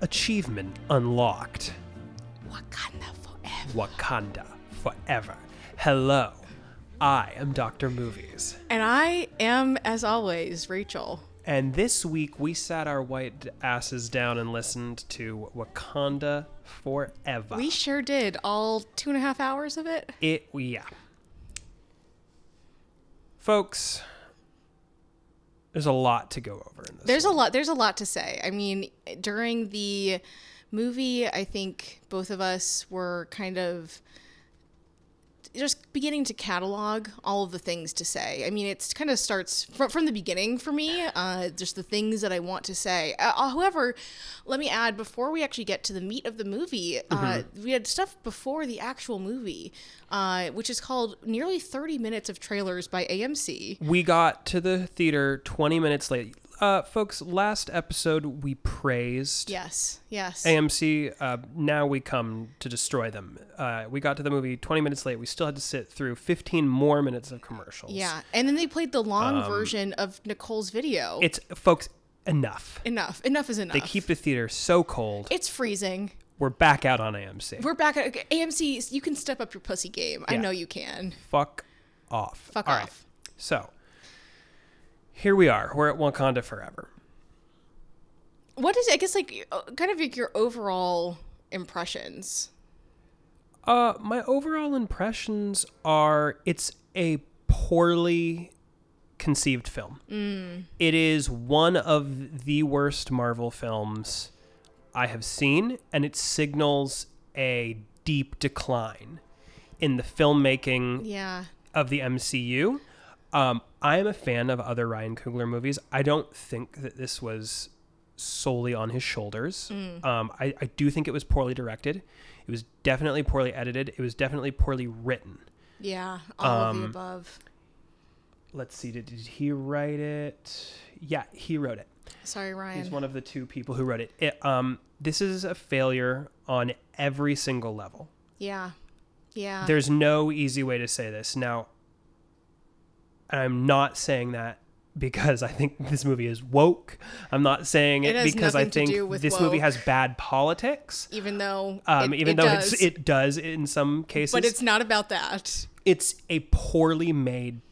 Achievement unlocked. Wakanda forever. Wakanda forever. Hello, I am Dr. Movies. And I am, as always, Rachel. And this week we sat our white asses down and listened to Wakanda Forever. We sure did all two and a half hours of it. It yeah. Folks, there's a lot to go over in this. There's a lot. There's a lot to say. I mean, during the movie, I think both of us were kind of just beginning to catalog all of the things to say. I mean, it's kind of starts from, from the beginning for me, uh, just the things that I want to say. Uh, however, let me add before we actually get to the meat of the movie, uh, we had stuff before the actual movie, uh, which is called Nearly 30 Minutes of Trailers by AMC. we got to the theater 20 minutes late. Uh, folks, last episode we praised Yes, yes. AMC. Uh, now we come to destroy them. Uh, we got to the movie 20 minutes late. We still had to sit through 15 more minutes of commercials. Yeah, and then they played the long Um, version of Nicole's video. It's folks enough. enough, enough is enough. They keep the theater so cold. it's freezing. We're back out on AMC. We're back at okay, AMC. You can step up your pussy game. I know you can. Fuck off. Fuck All off. right. So here we are. We're at Wakanda forever. What is I guess like uh, kind of like your overall impressions? Uh, my overall impressions are it's a poorly conceived film. It is one of the worst Marvel films I have seen, and it signals a deep decline in the filmmaking Yeah. of the MCU. Um, I am a fan of other Ryan Coogler movies. I don't think that this was solely on his shoulders. Um, I, I do think it was poorly directed. It was definitely poorly edited. It was definitely poorly written. Yeah, all of Um, the above. Let's see, did, did he write it? Yeah, he wrote it. Sorry, Ryan. He's one of the two people who wrote it. it um, this is a failure on every single level. yeah. Yeah. There's no easy way to say this. Now, I'm not saying that because I think this movie is woke. I'm not saying It it, has because I nothing to think do with this movie woke. has bad politics. even though Um, it- even it though does, It's, it does in some cases, but it's not about that. it's a poorly made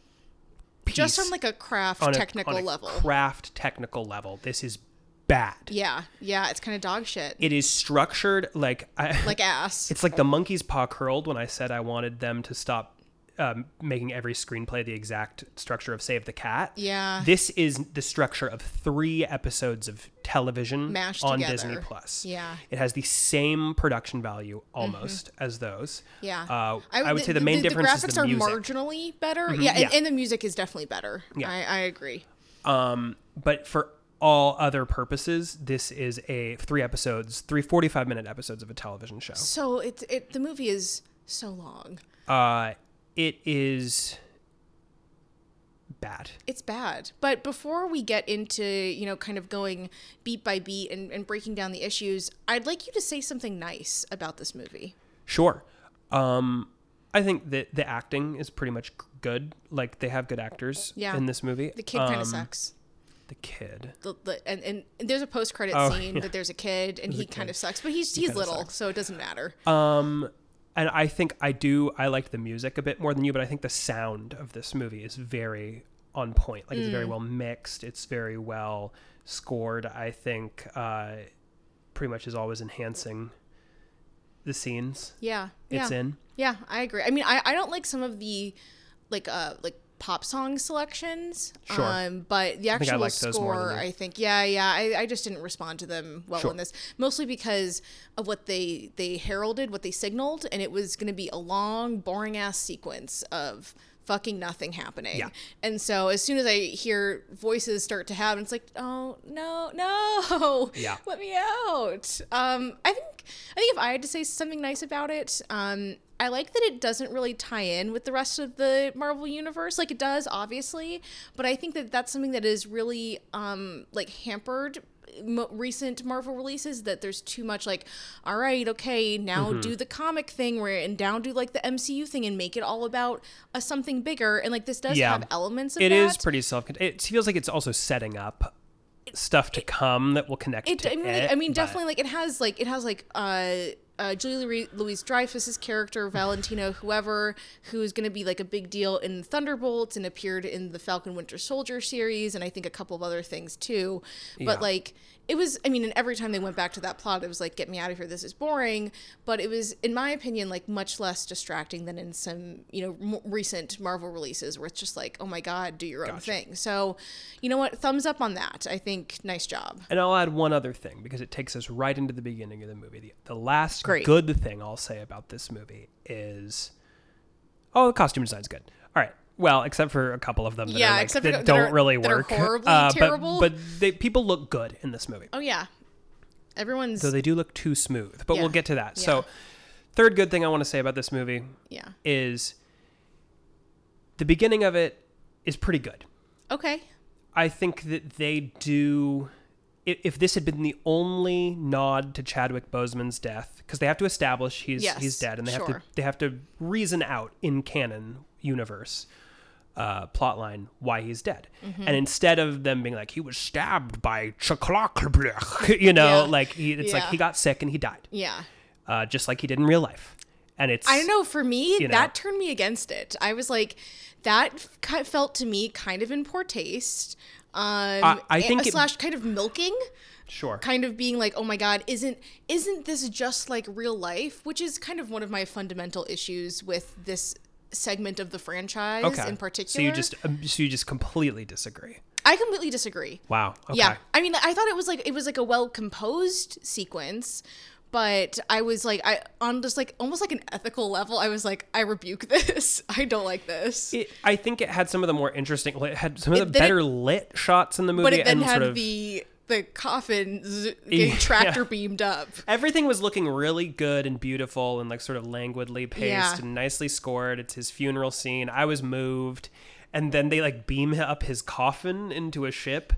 piece Just on like a craft on a- technical on a level. craft technical level. This is bad. yeah. Yeah, it's kind of dog shit. It is structured like I, like ass. It's like the monkey's paw curled when I said I wanted them to stop um, making every screenplay the exact structure of Save the Cat. Yeah. This is the structure of three episodes of television Mashed on together. Disney Plus. Yeah. Mm-hmm. It has the same production value almost as those. Yeah, Uh, I, would say the main difference graphics is the are music. Mm-hmm. marginally better. Yeah, and, Yeah. and the music is definitely better. Yeah. I, I agree. Um, but for all other purposes, this is a three episodes, three 45 minute episodes of a television show. So it's it the movie is so long. Uh, it is bad. It's bad. But before we get into you know kind of going beat by beat and, and breaking down the issues, I'd like you to say something nice about this movie. Sure. Um, I think that the acting is pretty much good. Like they have good actors Yeah. in this movie. Um, The kid kind of sucks. The kid. The, the, and, and and there's a post credit Oh, scene yeah. that there's a kid and he kind of sucks, but he's he's kinda little, so it doesn't matter. Um, and I think I do. I liked the music a bit more than you, but I think the sound of this movie is very on point. Like Mm. it's very well mixed. It's very well scored. I think uh, pretty much is always enhancing the scenes yeah, it's yeah. in. Yeah, I agree. I mean, I, I don't like some of the like uh like pop song selections. Sure. Um, but think the I actual like those more than score, you. I think, yeah, yeah. I, I just didn't respond to them well Sure. in this, mostly because of what they they heralded, what they signaled, and it was going to be a long, boring ass sequence of fucking nothing happening. Yeah. And so as soon as I hear voices start to happen, it's like, oh no, no. Yeah. Let me out. Um, I think I think if I had to say something nice about it, um, I like that it doesn't really tie in with the rest of the Marvel universe. Like it does, obviously, but I think that that's something that is really um, like hampered mo recent Marvel releases. That there's too much like, all right, okay, now Mm-hmm. do the comic thing where and down do like the MCU thing and make it all about a something bigger. And like this does Yeah. have elements of It that. is pretty self-contained. It feels like it's also setting up stuff to come that will connect It, to I mean, it, I mean, but- definitely, like it has, like it has, like uh, uh, Julie Louise Dreyfus's character, Valentino, whoever, who is going to be like a big deal in Thunderbolts and appeared in the Falcon Winter Soldier series, and I think a couple of other things too. Yeah. But like, it was, I mean, and every time they went back to that plot, it was like, get me out of here, this is boring. But it was, in my opinion, like much less distracting than in some, you know, m- recent Marvel releases where it's just like, oh my god, do your own thing. So, you know what? Thumbs up on that. I think nice job. And I'll add one other thing because it takes us right into the beginning of the movie. The, the last Great. good thing I'll say about this movie is, oh, the costume design's good. All right. Well, except for a couple of them that, Yeah, are like, except for that that don't are- really that are work. horribly Uh, terrible. But, but they, people look good in this movie. Oh yeah, everyone's Though they do look too smooth. But Yeah. we'll get to that. Yeah. So, third good thing I want to say about this movie yeah. is the beginning of it is pretty good. Okay, I think that they do. i- If this had been the only nod to Chadwick Boseman's death, because they have to establish he's Yes, he's dead, and they have sure. to they have to reason out in canon universe uh, plotline why he's dead, Mm-hmm. and instead of them being like he was stabbed by Chaklakblech, you know, Yeah. like he, it's like Yeah. he got sick and he died, yeah. uh, just like he did in real life, and it's I don't know. For me, You know. that turned me against it. I was like, that ki- felt to me kind of in poor taste. Um, I and- think it- slash kind of milking, sure kind of being like, oh my god, isn't isn't this just like real life? Which is kind of one of my fundamental issues with this segment of the franchise in particular. So you just um, so you just completely disagree. I completely disagree. Wow. Okay. Yeah. I mean, I thought it was like it was like a well composed sequence, but I was like I on just like almost like an ethical level, I was like I rebuke this. I don't like this. It, I think it had some of the more interesting, it had some of the It- then it- better lit shots in the movie, but it then and had sort of the the coffin z- getting Yeah. tractor beamed up. everything was looking really good and beautiful and like sort of languidly paced Yeah. and nicely scored. It's his funeral scene. I was moved, and then they like beam up his coffin into a ship.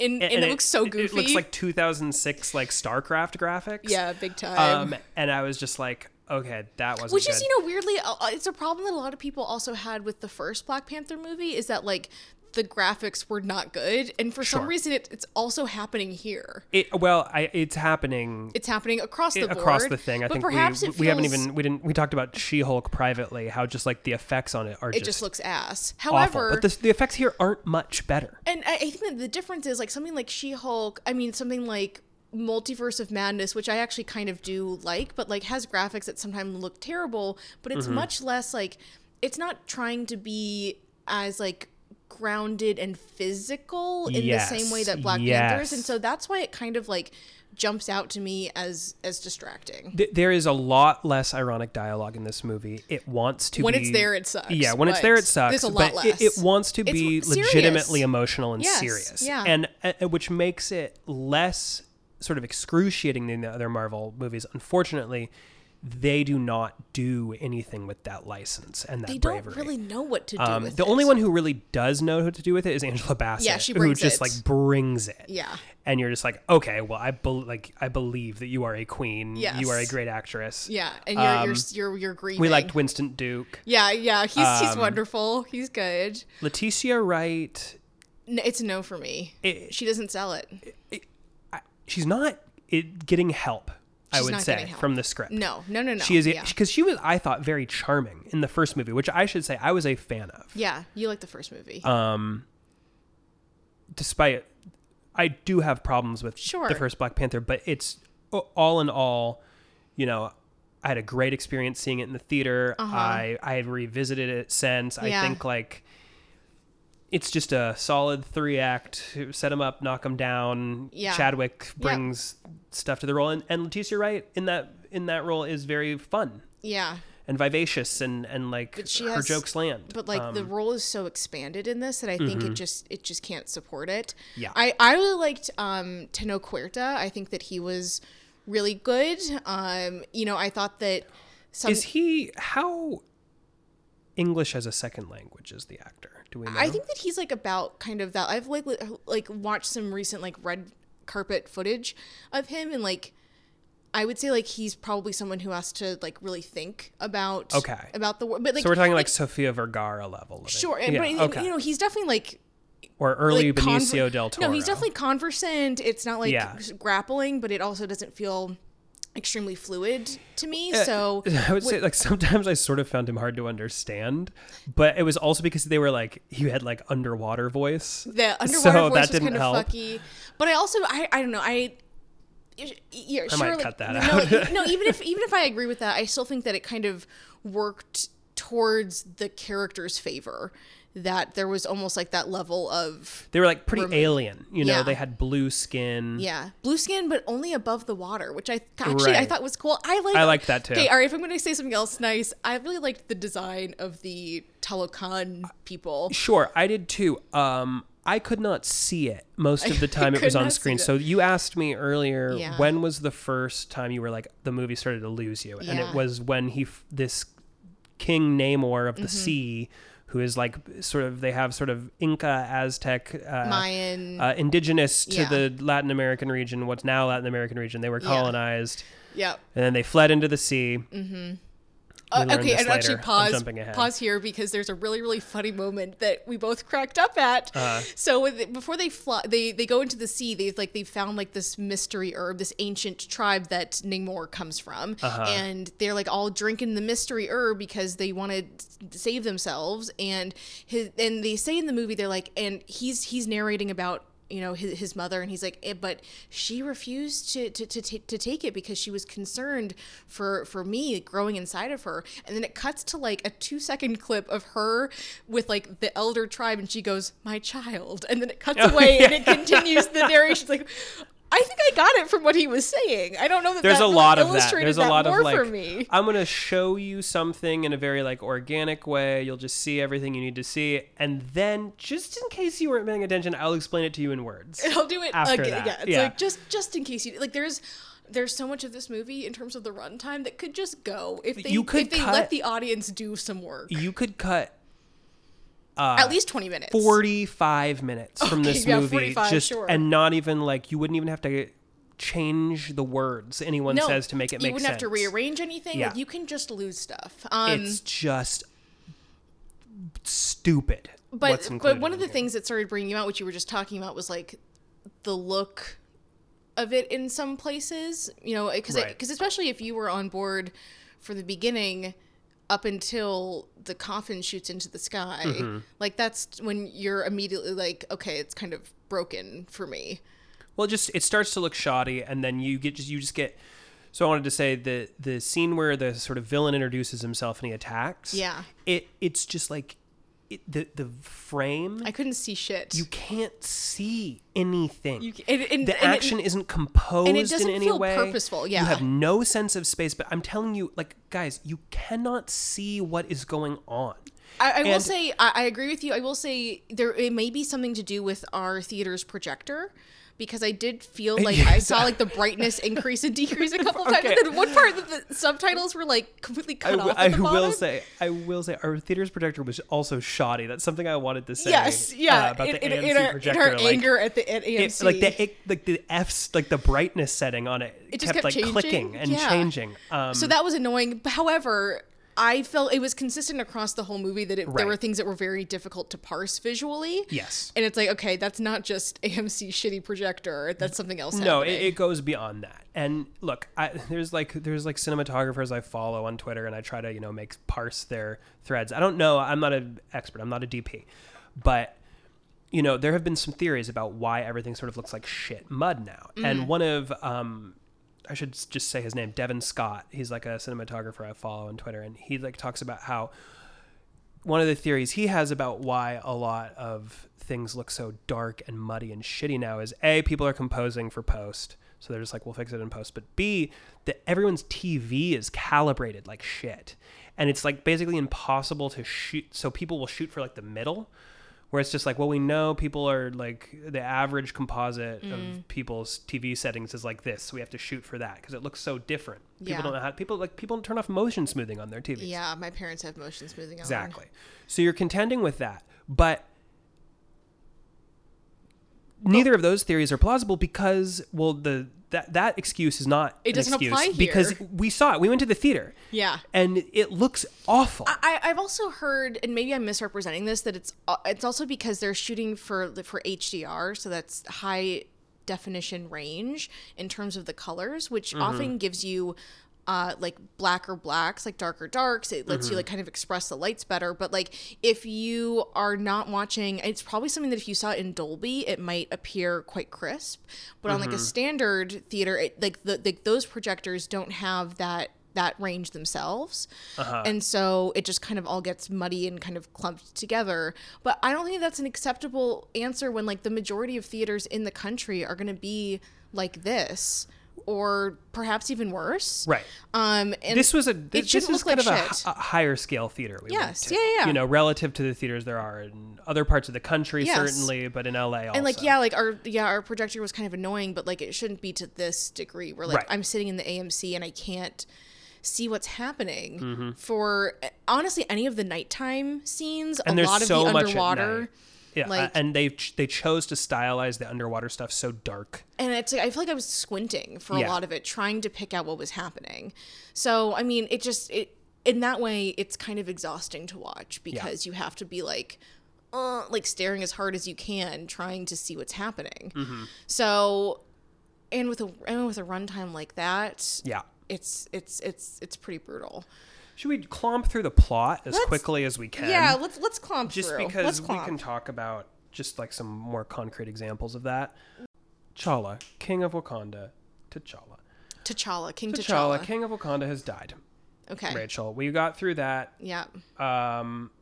And, and, and it looks so goofy. It looks like 2006 like StarCraft graphics. yeah, big time. Um, and I was just like, okay, that wasn't Which is, good. you know, weirdly, uh, uh, it's a problem that a lot of people also had with the first Black Panther movie is that, like, the graphics were not good. And for some Sure. reason, it, it's also happening here. It, well, I, it's happening It's happening across the board. across the thing. I but think perhaps we, it we haven't feels- even we didn't we talked about She Hulk privately. How just like the effects on it are It just, just looks ass. awful. However, but the, the effects here aren't much better. and I, I think that the difference is like something like She Hulk. I mean, something like Multiverse of Madness, which I actually kind of do like, but like has graphics that sometimes look terrible. But Mm-hmm. it's much less like it's not trying to be as like grounded and physical in the same way Yes, that Black Panther is, and yes. so that's why it kind of like jumps out to me as as distracting. Th- there is a lot less ironic dialogue in this movie. It wants to When be, it's there, it sucks, Yeah, when it's but there, it sucks. there's a lot but It, less. it wants to It's be w- serious. legitimately emotional and Yes, serious. yeah. and uh, which makes it less sort of excruciating than the other Marvel movies. Unfortunately. They do not do anything with that license and that They don't bravery. really know what to do. Um, with the only it. one who really does know what to do with it is Angela Bassett. Yeah, she who brings just it. like brings it. Yeah. and you're just like, okay, well, I bel like I believe that you are a queen. you are a Yes. great actress. Yeah, and you're you're you're, you're grieving. Um, we liked Um, Winston Duke, Yeah, yeah, he's he's wonderful. He's good. Leticia Wright. N it's a no for me. It- uh, she doesn't sell it. She's not it, getting help. I She's would not say getting help. from the script. No, no, no, no. She is Yeah, because she was I thought very charming in the first movie, which I should say I was a fan of. yeah you like the first movie. Um, despite I do have problems with Sure. the first Black Panther, but it's all in all, you know, I had a great experience seeing it in the theater. I I have revisited it since. I Uh-huh. Yeah. think like it's just a solid three act. Set him up, knock him down. Yeah. Chadwick brings stuff to the role, and, and Leticia Wright in that in that role is very fun yeah, and vivacious, and and like she her has- jokes land. but like um, the role is so expanded in this that I think it just it just can't support it. mm-hmm. Yeah. I I really liked um Teno Cuerta. I think that he was really good. Um, you know, I thought that some Is he how English as a second language is the actor? Do we know? I think that he's like about kind of that. I've like li- like watched some recent like red carpet footage of him and like I would say like he's probably someone who has to like really think about Okay. about the world. But like so we're talking like Sofia Vergara level. Of it. sure, and Yeah, but you know he's definitely like or early like, conver- Benicio del Toro. No, he's definitely conversant. It's not like Yeah. grappling, but it also doesn't feel extremely fluid to me. Uh, So I would say like sometimes I sort of found him hard to understand, but it was also because they were like he had like underwater voice. the underwater so voice that was didn't kind of help. fucky. But I also I, I don't know I. Yeah, I sure, might like, cut that no, out. no, even if even if I agree with that, I still think that it kind of worked towards the character's favor. That there was almost like that level of They were like pretty alien, you know. Yeah. They had blue skin. yeah, blue skin, but only above the water, which I actually I Right. thought was cool. I like I liked that too. Okay, all right. If I'm going to say something else nice, I really liked the design of the Telecon people. Sure, I did too. Um, I could not see it most of the time it was could on not see screen. that. So you asked me earlier Yeah. when was the first time you were like the movie started to lose you, and Yeah. it was when he f- this King Namor of Mm-hmm. the sea, who is like sort of they have sort of Inca Aztec uh, Mayan. uh, indigenous to Yeah. the Latin American region, what's now Latin American region. They were colonized, yep. and then they fled into the sea. Uh, learn okay, this and actually later. I'm pause jumping ahead. pause here because there's a really really funny moment that we both cracked up at. Uh-huh. So when they- before they fly, they they go into the sea. They like they found like this mystery herb, this ancient tribe that Namor comes from, Uh-huh. and they're like all drinking the mystery herb because they want to s- save themselves. And his and they say in the movie they're like, and he's he's narrating about you know his, his mother and he's like eh, but she refused to to, to, ta- to take it because she was concerned for for me growing inside of her and then it cuts to like a two second clip of her with like the elder tribe and she goes my child and then it cuts Oh, away and it continues the narration It's like i think i got it from what he was saying i don't know that There's that a really lot of that. illustrated There's a lot more of like, for me I'm gonna show you something in a very like organic way. You'll just see everything you need to see, and then just in case you weren't paying attention, I'll explain it to you in words. I'll do it after again. that. Yeah, it's Yeah. like just just in case you like. There's there's so much of this movie in terms of the runtime that could just go if they You could if they cut- let the audience do some work. You could cut At least twenty minutes. 45 minutes from Okay, this yeah, movie, 45, just sure. and not even like you wouldn't even have to change the words anyone no, says to make it you make wouldn't have to sense. rearrange anything. Yeah. Like you can just lose stuff. Um, it's just stupid. but what's but included one of in the here. things that started bringing you out, which you were just talking about, was like the look of it in some places. You know, because Right. because especially if you were on board for the beginning up until the coffin shoots into the sky, Mm-hmm. like that's when you're immediately like, okay, it's kind of broken for me. Well, it just it starts to look shoddy, and then you get just you just get. So I wanted to say the the scene where the sort of villain introduces himself and he attacks. Yeah. it it's just like it, the the frame. I couldn't see shit. you can't see anything. You ca- and- and- the and it- action isn't composed doesn't in any feel way. purposeful, yeah. you have no sense of space. But I'm telling you, like guys, you cannot see what is going on. I, I will And- say I, I agree with you. I will say there it may be something to do with our theater's projector because I did feel like I saw like the brightness increase and decrease a couple of times. Okay. And then one part that the subtitles were like completely cut I off. w- At I the will bottom. say, I will say, our theater's projector was also shoddy. That's something I wanted to say. yes, uh, yeah. about in, the in- AMC in our, in projector, our like, anger at the at it, AMC, like the it, like the F's like the brightness setting on it, It just kept, kept like changing? clicking and Yeah. changing. Um, so that was annoying. However. I felt it was consistent across the whole movie that it, Right. there were things that were very difficult to parse visually. yes. And it's like, okay, that's not just AMC shitty projector. That's something else. No, it, happening. it goes beyond that. And look, I, there's like there's like cinematographers I follow on Twitter, and I try to you know make parse their threads. I don't know. I'm not an expert. I'm not a DP, but you know there have been some theories about why everything sort of looks like shit mud now. And one of um, I should s- just say his name, Devin Scott. He's like a cinematographer I follow on Twitter, and he like talks about how one of the theories he has about why a lot of things look so dark and muddy and shitty now is a people are composing for post so they're just like we'll fix it in post but b that everyone's tv is calibrated like shit and it's like basically impossible to shoot so people will shoot for like the middle where it's just like well we know people are like the average composite of people's tv settings is like this so we have to shoot for that because it looks so different people Yeah. don't know how people like people don't turn off motion smoothing on their tvs Yeah, my parents have motion smoothing on. Exactly. So you're contending with that, but neither of those theories are plausible because well the that that excuse is not It an doesn't excuse apply here. because we saw it. We went to the theater. Yeah. And it looks awful. I, I've also heard, and maybe I'm misrepresenting this, that it's uh, it's also because they're shooting for for HDR, so that's high definition range in terms of the colors, which often gives you. Uh, like blacker blacks, like darker darks, it lets you like kind of express the lights better. But like if you are not watching, it's probably something that if you saw it in Dolby, it might appear quite crisp. But on like a standard theater, it, like the, the those projectors don't have that that range themselves. Uh-huh. And so it just kind of all gets muddy and kind of clumped together. But I don't think that's an acceptable answer when like the majority of theaters in the country are going to be like this or perhaps even worse. right. Um and This was a this, shouldn't this is look kind like of a, shit. hi- a higher scale theater. We went Yes, to, yeah, yeah, yeah. You know, relative to the theaters there are in other parts of the country Yes. certainly, but in LA also. and like yeah, like our yeah, our projector was kind of annoying, but like it shouldn't be to this degree where like Right. I'm sitting in the AMC and I can't see what's happening Mm-hmm. for eh, honestly any of the nighttime scenes, and a there's lot of so the much at underwater. night. Yeah, uh, like- and they ch- they chose to stylize the underwater stuff so dark. and it's like I feel like I was squinting for Yeah. a lot of it, trying to pick out what was happening. So I mean, it just it in that way, it's kind of exhausting to watch because you have to be like, uh, like staring as hard as you can, trying to see what's happening. Mm-hmm. So, and with a and with a runtime like that, Yeah. it's it's it's it's pretty brutal. Should we clomp through the plot as Let's- quickly as we can? yeah, let's let's clomp just through. because let's we clomp. can talk about just like some more concrete examples of that. T'Challa, king of Wakanda, T'Challa. T'Challa, King T'Challa, T'Challa. king of Wakanda, has died. Okay. Rachel, we got through that. Yeah. Um,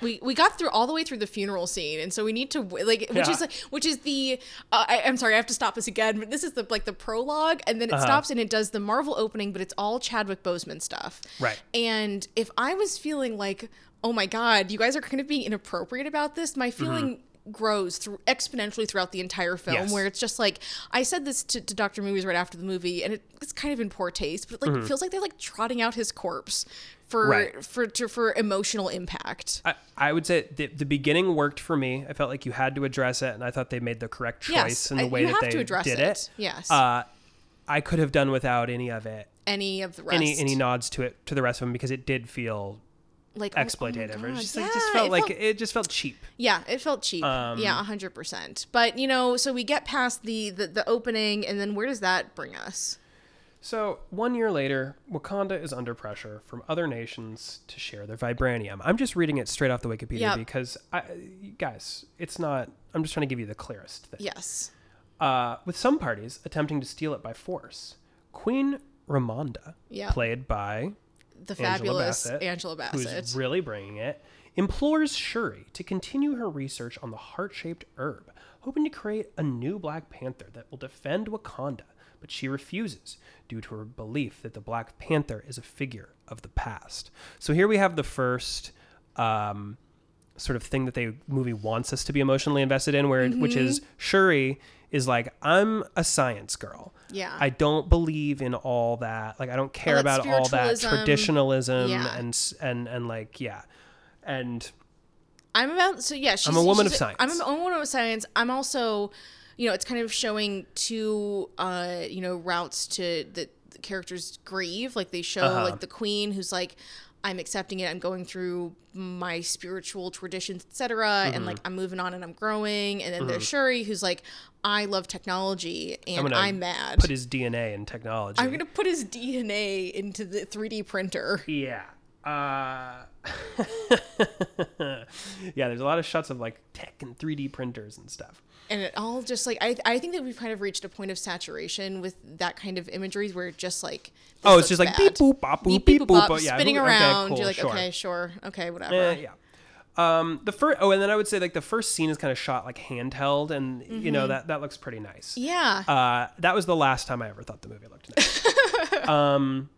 we we got through all the way through the funeral scene and so we need to like which Yeah. is like which is the uh, I, i'm sorry i have to stop this again but this is the like the prologue and then it Uh-huh. stops and it does the marvel opening but it's all chadwick boseman stuff Right. and if i was feeling like oh my god you guys are kind of being inappropriate about this my Mm-hmm. feeling grows through exponentially throughout the entire film Yes. where it's just like i said this to, to dr movies right after the movie and it, it's kind of in poor taste but it, like feels like they're like trotting out his corpse for Mm-hmm. Right. for to, for emotional impact I, I would say the, the beginning worked for me. I felt like you had to address it, and I thought they made the correct choice Yes, in the I- way you that have they to address did it. it. Yes. Uh, I could have done without any of it, any of the rest. any any nods to it to the rest of them because it did feel like oh- oh my exploitative. it, God, was just, it just yeah, felt it like it um, just felt cheap. yeah, it felt cheap. yeah, hundred percent. But you know, so we get past the, the the opening, and then where does that bring us? So, one year later, Wakanda is under pressure from other nations to share their vibranium. I'm just reading it straight off the Wikipedia Yep. because, I, you guys, it's not. I'm just trying to give you the clearest thing. Yes. Uh, with some parties attempting to steal it by force, Queen Ramonda, Yeah. played by The fabulous Bassett, Angela Bassett. who's really bringing it, implores Shuri to continue her research on the heart shaped herb, hoping to create a new Black Panther that will defend Wakanda, but she refuses due to her belief that the Black Panther is a figure of the past. So here we have the first. Um, sort of thing that the movie wants us to be emotionally invested in where which is Mm-hmm. Shuri is like I'm a science girl. Yeah. I don't believe in all that. Like I don't care that about all that spiritualism. traditionalism Yeah. and s- and and like yeah. And I'm about so yeah. She's, a woman she's of science. I'm a I'm a woman of science. I'm also, you know, it's kind of showing two, uh, you know, routes to the, the characters grieve. Like they show Uh-huh. like the queen who's like, I'm accepting it. I'm going through my spiritual traditions, etc. And Mm-hmm. like I'm moving on and I'm growing. And then there's Shuri who's like, I love technology and I'm, gonna mad. put his DNA in technology. I'm gonna put his DNA into the 3D printer. yeah. Uh, yeah, there's a lot of shots of like tech and 3D printers and stuff. and it all just like I, I think that we've kind of reached a point of saturation with that kind of imagery where it just like this Oh, it's just looks like bad. beep boop bop boop beep, beep boop, boop. bop, but yeah, spinning who- okay, around cool, you're like sure. okay sure okay whatever Eh, yeah. Um, the first, oh, and then I would say like the first scene is kind of shot like handheld, and you know that that looks pretty nice. yeah Uh, that was the last time I ever thought the movie looked nice. um,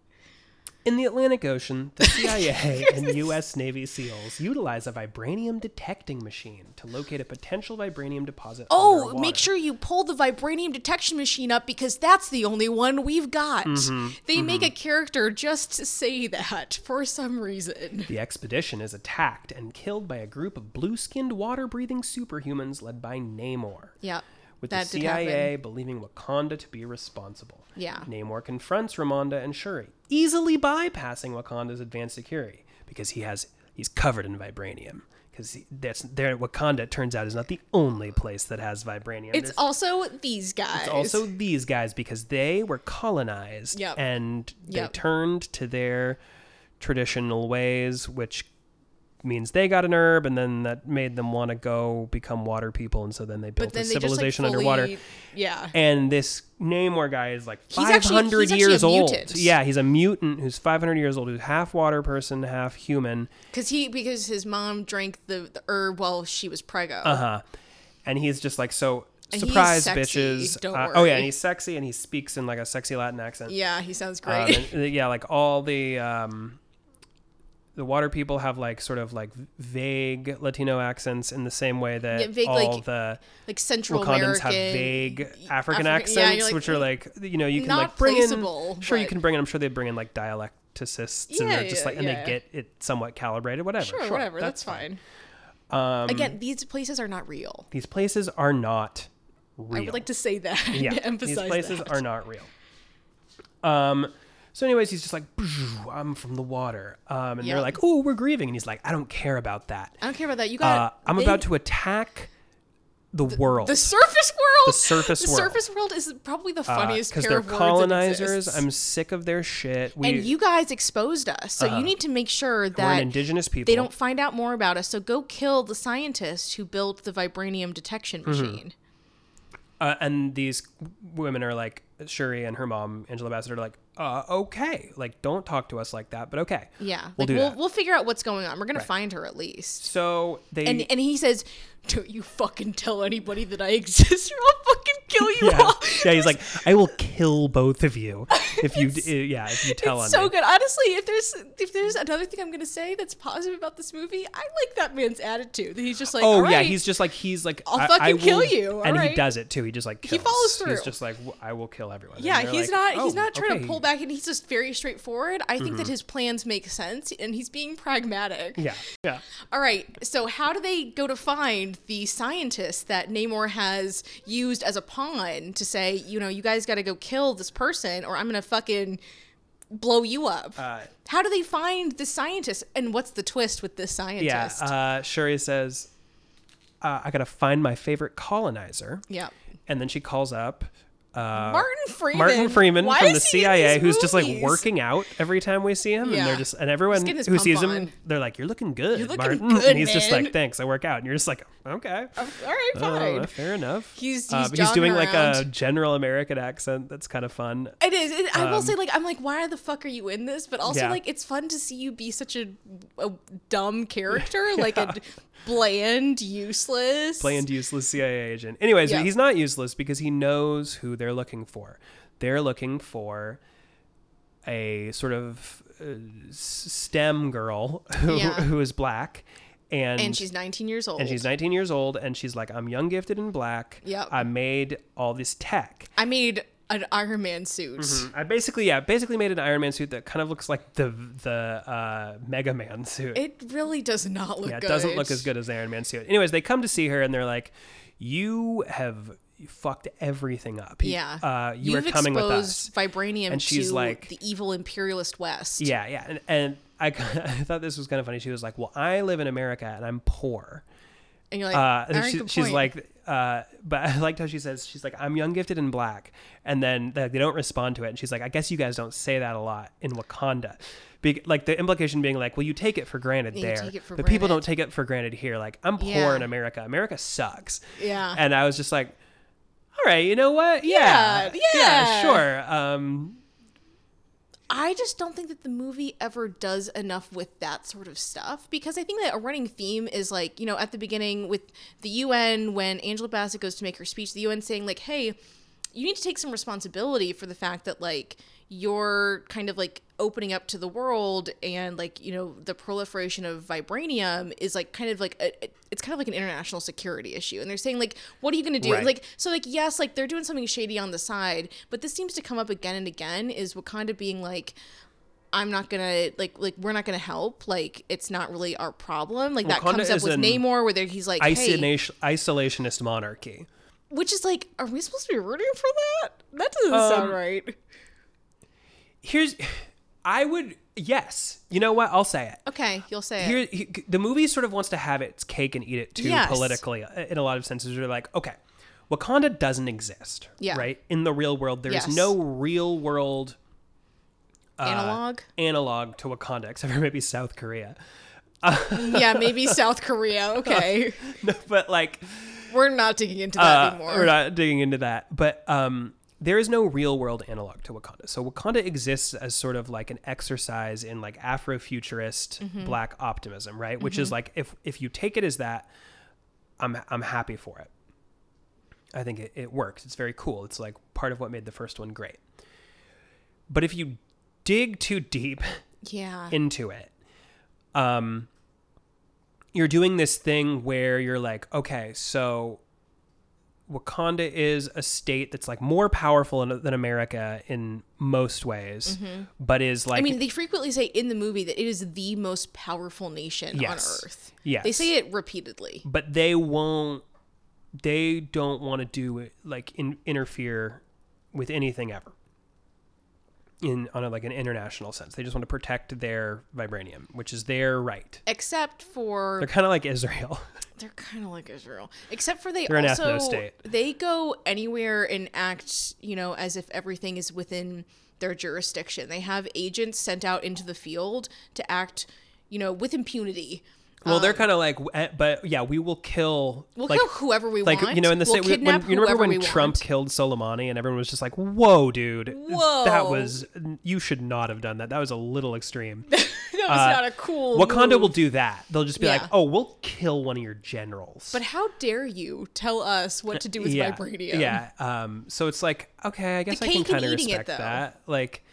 In the Atlantic Ocean, the CIA and U.S. Navy SEALs utilize a vibranium detecting machine to locate a potential vibranium deposit. Oh, underwater. make sure you pull the vibranium detection machine up because that's the only one we've got. Mm-hmm, They make a character just to say that for some reason. The expedition is attacked and killed by a group of blue skinned, water breathing superhumans led by Namor. Yeah. With that the did happen. CIA believing Wakanda to be responsible. Yeah. Namor confronts Ramonda and Shuri, easily bypassing Wakanda's advanced security because he has he's covered in vibranium. Because that's there, Wakanda it turns out is not the only place that has vibranium. It's There's also these guys. also these guys because they were colonized Yep. and they Yep. turned to their traditional ways, which means they got an herb, and then that made them want to go become water people, and so then they built But then a they civilization just, like, fully, underwater. Yeah. And this Namor guy is like He's 500 actually- he's actually a years old. mutant. Yeah, he's a mutant who's 500 years old, who's half water person, half human. Because he because his mom drank the, the herb while she was preggo. Uh-huh. And he's just like so And he's surprise sexy, bitches. don't Uh, oh yeah, worry. and he's sexy and he speaks in like a sexy Latin accent. Yeah, he sounds Um, great. and, uh, yeah, like all the um, the water people have like sort of like vague Latino accents in the same way that Yeah, vague, all like, the like Central Wakandans American have vague African, accents, yeah, you're like, which are like you know you can not like bring in. placeable, Sure, you but- can bring in. I'm sure they bring in like dialecticists Yeah, and just yeah, like and yeah. they get it somewhat calibrated. Whatever. Sure, whatever, that's, fine. Um, Again, these places are not real. These places are not real. I would like to say that. yeah, to emphasize these places that. are not real. Um, so anyways, he's just like, "Bzz, I'm from the water, um, and Yeah. they're like, oh, we're grieving, and he's like, I don't care about that. I don't care about that. You Uh, got. I'm they- about to attack the, world. The surface world. The surface The world. surface world is probably the funniest because pair they're of words that colonizers. exists. I'm sick of their shit. We, and you guys exposed us, so you need to make sure Uh-huh. we're an that indigenous people. they don't find out more about us. So go kill the scientists who built the vibranium detection Mm-hmm. machine. Uh, and these women are like Shuri and her mom, Angela Bassett, are like, uh, okay, like don't talk to us like that, but okay, Yeah, we'll like do we'll that. we'll figure out what's going on. We're gonna find her at least. so they And and he says, "Don't you fucking tell anybody that I exist, or I'll fucking kill you yeah. all." yeah, he's like, I will kill both of you if you, uh, yeah, if you tell on It's so me. good. Honestly, if there's if there's another thing I'm gonna say that's positive about this movie, I like that man's attitude. That he's just like, Oh "All yeah, right." he's just like he's like I'll I- fucking I kill will- you, and he alright. does it too. He just like kills. follows through. He's just like "W- I will kill everyone. And yeah. they're He's like, not he's "Oh, not trying okay." Mm-hmm. to pull back, and he's just very straightforward. I think that his plans make sense, and he's being pragmatic. Yeah, yeah. All right. So how do they go to find the scientist that Namor has used as a pawn to say, you know, you guys got to go kill this person, or I'm gonna fucking blow you up? Uh, how do they find the scientist, and what's the twist with this Yeah, scientist? uh, Shuri says, uh, "I gotta find my favorite colonizer," yeah. and then she calls up uh, Martin Freeman. Martin Freeman Why from the is he in CIA, these who's just like movies? working out every time we see him, and Yeah. they're just and everyone getting his who pump sees on. him, they're like, "You're looking good, looking Martin," good, and he's just man. like, "Thanks, I work out," and you're just like, "Okay." All right, fine. Oh, uh, fair enough. He's- Uh, he's but he's jogging doing like a around. general American accent. That's kind of fun. It is. It, I will say, like, I'm like, why the fuck are you in this? But also, Um, Yeah. like, it's fun to see you be such a, a dumb character, like a d- bland, useless. Bland, useless CIA agent. Anyways, Yeah. he's not useless because he knows who they're looking for. They're looking for a sort of uh, s- STEM girl who, Yeah. who is black, and And she's 19 years old. and she's 19 years old, and she's like, "I'm young, gifted, and black. Yep. I made all this tech." I made an Iron Man suit. I basically, yeah, basically made an Iron Man suit that kind of looks like the the uh, Mega Man suit. It really does not look Yeah, it good. doesn't look as good as the Iron Man suit. Anyways, they come to see her and they're like, "You have fucked everything up. You- Yeah. uh, you You've are coming with exposed us." Vibranium And she's to like- the evil imperialist West. Yeah, yeah, and, and I, I thought this was kind of funny. She was like, "Well, I live in America and I'm poor." And you're like, Uh, All right, she- good she's point. like, uh, but I liked how she says, she's like, I'm young, gifted, and black. And then like, they don't respond to it. And she's like, I guess you guys don't say that a lot in Wakanda. Be- like the implication being like, well, you take it for granted there, take it for but people granted. don't take it for granted here. Like I'm poor Yeah. in America. America sucks. Yeah. And I was just like, all right, you know what? Yeah, Yeah, yeah. sure. Um, I just don't think that the movie ever does enough with that sort of stuff because I think that a running theme is like, you know, at the beginning with the UN, when Angela Bassett goes to make her speech, the UN saying, like, hey, you need to take some responsibility for the fact that, like, you're kind of like opening up to the world and like you know the proliferation of vibranium is like kind of like a, it's kind of like an international security issue and they're saying like what are you going to do Right. like so like yes like they're doing something shady on the side but this seems to come up again and again is wakanda being like i'm not gonna like like we're not gonna help like it's not really our problem like that Wakanda comes up is with an namor where they're- he's like hey Isolation, isolationist monarchy. which is like are we supposed to be rooting for that that doesn't Um, sound right Here's, I would yes. You know what? I'll say it. okay you'll say it Here, he, the movie sort of wants to have its cake and eat it too Yes. politically. uh, In a lot of senses, you're like, okay, Wakanda doesn't exist, Yeah. right? In the real world, there is Yes. no real world uh, analog analog to Wakanda except for maybe South Korea. yeah, maybe South Korea. Okay. No, but like, We're not digging into that Uh, anymore. We're not digging into that, but um, there is no real world analog to Wakanda. So Wakanda exists as sort of like an exercise in like Afrofuturist Mm-hmm. Black optimism, right? Which is like if if you take it as that, I'm I'm happy for it. I think it, it works. It's very cool. It's like part of what made the first one great. But if you dig too deep yeah. into it um you're doing this thing where you're like okay so wakanda is a state that's like more powerful in, than america in most ways but is like Mm-hmm. I mean, they frequently say in the movie that it is the most powerful nation Yes. on earth. yes They say it repeatedly. but they won't they don't want to do it like in, interfere with anything ever in on a, like an international sense they just want to protect their vibranium which is their right Except for they're kind of like israel they're kind of like Israel, except for they They're an also ethno-state. they go anywhere and act, you know, as if everything is within their jurisdiction. They have agents sent out into the field to act, you know, with impunity. Well, they're kind of like, eh, but yeah, we will kill. Um, We'll like, kill whoever we like want. you know, in the we'll same when, kidnap you remember whoever we when Trump want. killed Soleimani and everyone was just like, "Whoa, dude, that Whoa. was you should not have done that. That was a little extreme." that was not a cool. uh, Wakanda move. will do that. They'll just be like, Yeah. "Oh, we'll kill one of your generals." But how dare you tell us what to do with yeah, vibranium? yeah. Um, so it's like, okay, I guess I can cake and kind of eating it, respect though. that. Like,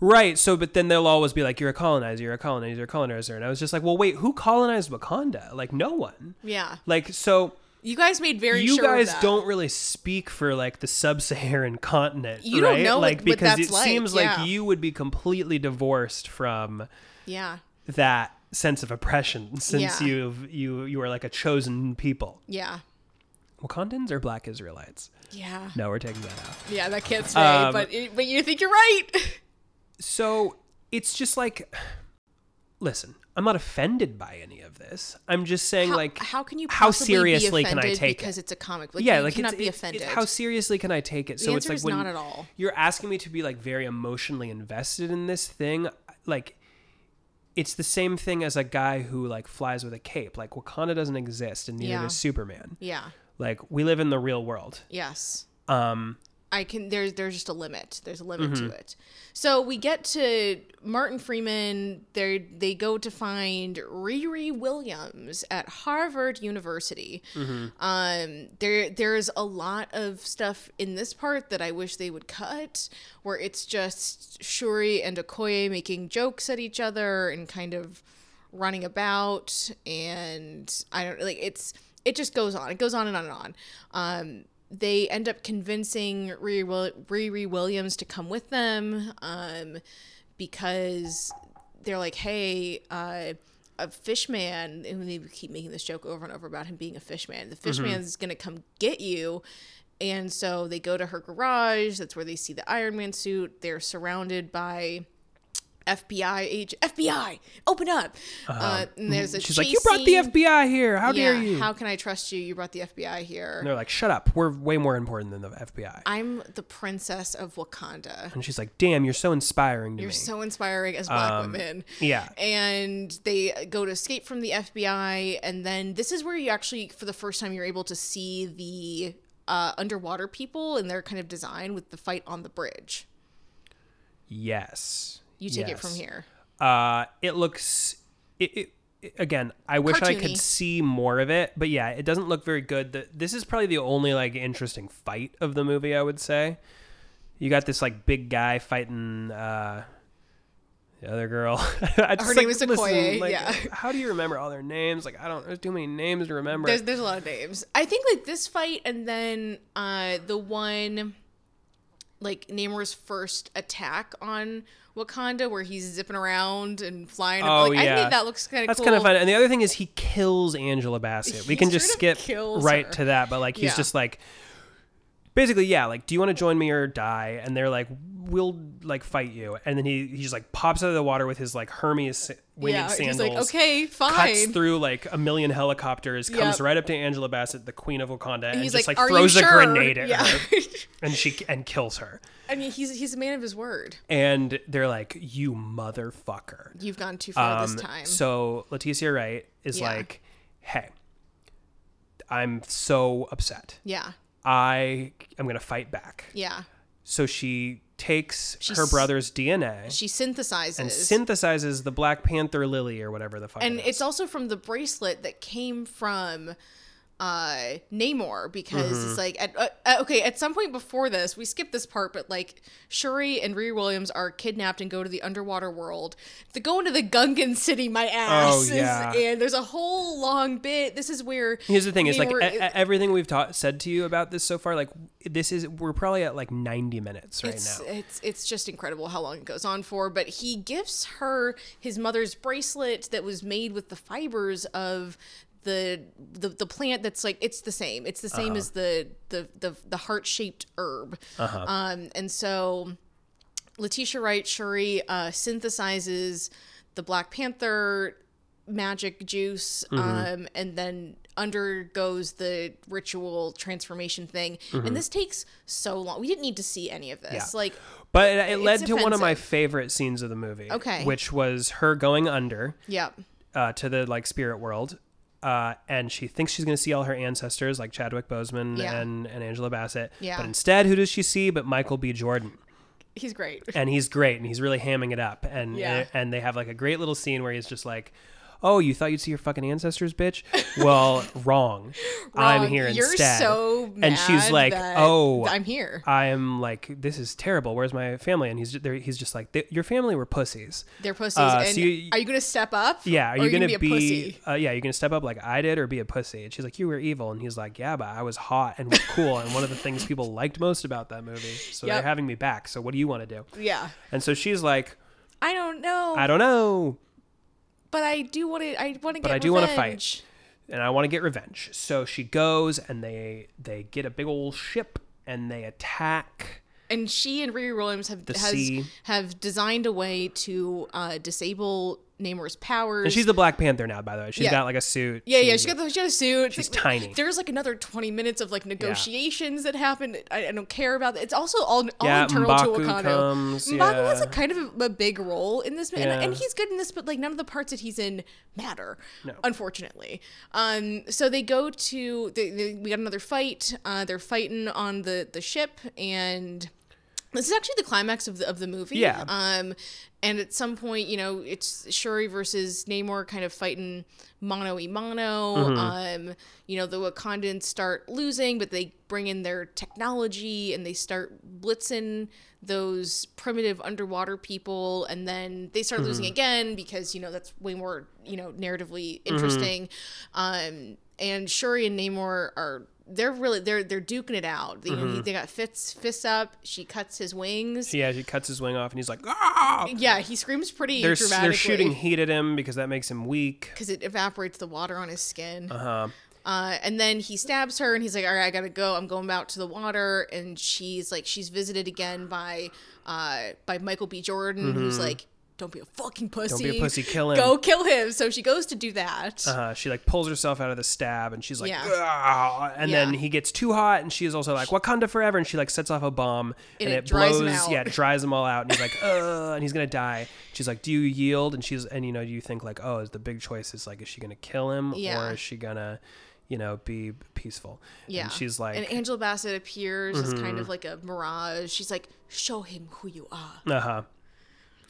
right. So, but then they'll always be like, "You're a colonizer. You're a colonizer. You're a colonizer." And I was just like, "Well, wait, who colonized Wakanda? Like, no one." Yeah. Like, so. You guys made very you sure of guys that. don't really speak for like the sub-Saharan continent. You don't right? know what- like what because that's it like, seems yeah. like you would be completely divorced from Yeah. that sense of oppression since Yeah. you've you you are like a chosen people. Yeah. Wakandans are black Israelites. Yeah. No, we're taking that out. Yeah, that can't stay. Um, but it, but you think you're right. So it's just like listen, I'm not offended by any of this. I'm just saying How, like how can you how possibly seriously be can I offended take it? because it's a comic. Like, yeah, you like cannot it's, be it's- offended. It's, how seriously can I take it? The so it's answer like is when not at all. you're asking me to be like very emotionally invested in this thing, like it's the same thing as a guy who like flies with a cape. Like Wakanda doesn't exist, and neither Yeah. does Superman. yeah. Like we live in the real world. Yes. Um, Mm-hmm. I can there's there's just a limit. There's a limit to it. So we get to Martin Freeman. They they go to find Riri Williams at Harvard University. Mm-hmm. Um, there there's a lot of stuff in this part that I wish they would cut, where it's just Shuri and Okoye making jokes at each other and kind of running about and I don't like it's it just goes on. It goes on and on and on. Um, they end up convincing Riri, Wil- Riri Williams to come with them um, because they're like, hey, uh, a fish man, and they keep making this joke over and over about him being a fish man. The Mm-hmm. fish man's going to come get you. And so they go to her garage. That's where they see the Iron Man suit. They're surrounded by FBI agent. FBI, open up. Uh, and there's a Uh-huh. Mm-hmm. she's like, "You brought the chase scene." FBI here. How Yeah, dare you?" how can I trust you? You brought the FBI here. and they're like, "Shut up. We're way more important than the FBI." I'm the princess of Wakanda. and she's like, "Damn, you're so inspiring to You're me." Um, so inspiring as black women. yeah. And they go to escape from the FBI. And then this is where you actually, for the first time, you're able to see the uh, underwater people and their kind of design with the fight on the bridge. yes. You take it from Yes. here. Uh, it looks. It, it, it- again, I wish I Cartoony. could see more of it, but yeah, it doesn't look very good. The, this is probably the only like interesting fight of the movie, I would say. You got this like big guy fighting uh, the other girl. I just, Her name is Okoye, like, yeah. How do you remember all their names? Like I don't. There's too many names to remember. There's there's a lot of names. I think like this fight and then uh the one like Namor's first attack on Wakanda where he's zipping around and flying. Oh, like, I yeah. think that looks kind of That's cool. kind of fun. And the other thing is he kills Angela Bassett. We He can just straight up skip kills right her. to that, but like he's Yeah. just like basically yeah, like do you want to join me or die? And they're like we'll like fight you. And then he he just like pops out of the water with his like Hermes sa- winged Yeah, sandals. he's like okay, Cuts fine. through like a million helicopters, comes Yep. right up to Angela Bassett, the queen of Wakanda, and, And he's just like, like, "Are you throws a sure?" grenade at Yeah. her, and she and kills her. I mean, he's he's a man of his word. And they're like, "You motherfucker!" You've gone too far Um, this time. So Leticia Wright is Yeah. like, hey, I'm so upset. yeah. I am going to fight back. Yeah. So she takes She her s- brother's DNA She synthesizes. and synthesizes the Black Panther lily or whatever the fuck. and it is. it's also from the bracelet that came from uh Namor because Mm-hmm. it's like at, uh, uh, okay at some point before this we skip this part but like Shuri and Riri Williams are kidnapped and go to the underwater world they go into the Gungan city my ass Oh, is- yeah. and there's a whole long bit this is where Here's the thing: is like Namor e- e- everything we've taught said to you about this so far. Like this is we're probably at like 90 minutes right it's, now. It's it's just incredible how long it goes on for. But he gifts her his mother's bracelet that was made with the fibers of the the, the plant that's like it's the same. It's the same Uh-huh. as the the the, the heart shaped herb. Uh-huh. Um, and so Letitia Wright Shuri uh, synthesizes the Black Panther magic juice Mm-hmm. um, and then undergoes the ritual transformation thing. And this takes so long. We didn't need to see any of this. Mm-hmm. Yeah. Like, But it, it led it's to one of my offensive. favorite scenes of the movie, Okay. which was her going under. yeah. uh, to the like spirit world, uh, and she thinks she's going to see all her ancestors like Chadwick Boseman Yeah. and, and Angela Bassett. Yeah. But instead, who does she see? But Michael B. Jordan, He's great. and he's great, and he's really hamming it up, and eh, Yeah. and they have like a great little scene where he's just like. Oh, you thought you'd see your fucking ancestors, bitch? Well, wrong. I'm Wrong. here You're instead. so mad and she's like, that "Oh, I'm here. I'm like, this is terrible. Where's my family?" And he's just, he's just like, "Th- "Your family were pussies." They're pussies. uh, and so you- are you going to step up? Yeah, are Or you gonna, gonna be? a pussy? Uh, yeah, you're gonna step up like I did, or be a pussy? And she's like, "You were evil," and he's like, "Yeah, but I was hot and was cool, and one of the things people liked most about that movie. So they're Yep. having me back. So what do you want to do?" Yeah. And so she's like, I don't know, "I don't know, but I do want to. I want to get. I do wanna fight. revenge. and I want to get revenge." So she goes, and they they get a big old ship, and they attack. and she and Riri Williams have sea. has, have designed a way to uh, disable Namor's powers. And she's the Black Panther now, by the way. She's Yeah. got like a suit. yeah, yeah, she got the she got a suit. She's It's like- tiny. There's like another 20 minutes of like negotiations that happen. I, I don't care about that. It's also all, all Yeah, internal M'Baku to Wakanda. comes, M'Baku has yeah. a kind of a, a big role in this, and, Yeah. and he's good in this, but like none of the parts that he's in matter, unfortunately. Um, so they go to they, they, we got another fight. Uh, they're fighting on the the ship and. This is actually the climax of the of the movie. Yeah. Um, and at some point, you know, it's Shuri versus Namor kind of fighting mano y mano. Um, you know, the Wakandans start losing, but they bring in their technology and they start blitzing those primitive underwater people, and then they start losing again because you know that's way more you know narratively interesting. Um, and Shuri and Namor are they're really they're they're duking it out. You know, he, they got fists fists up. She cuts his wings. Yeah, she cuts his wing off, and he's like, "Ah!" Yeah, he screams pretty They're, dramatically they're shooting heat at him because that makes him weak. because it evaporates the water on his skin. Uh-huh. and then he stabs her, and he's like, "All right, I gotta go. I'm going out to the water." And she's like, she's visited again by, uh, by Michael B. Jordan, who's like, "Don't be a fucking pussy. Mm-hmm. be a pussy. Kill him." Go kill him." So she goes to do that. Uh, she like pulls herself out of the stab and she's like, Yeah. "Ah," and then Yeah. he gets too hot and she's also like, Wakanda forever. And she like sets off a bomb and, it dries him out. yeah, it dries them all out. And he's like, Ugh, and he's gonna die. She's like, do you yield? And she's, and you know, you think like, oh, is the big choice is like, is she gonna kill him Yeah. or is she gonna, you know, be peaceful? Yeah. And she's like, Mm-hmm. and Angela Bassett appears as kind of like a mirage. She's like, "Show him who you are." Uh huh.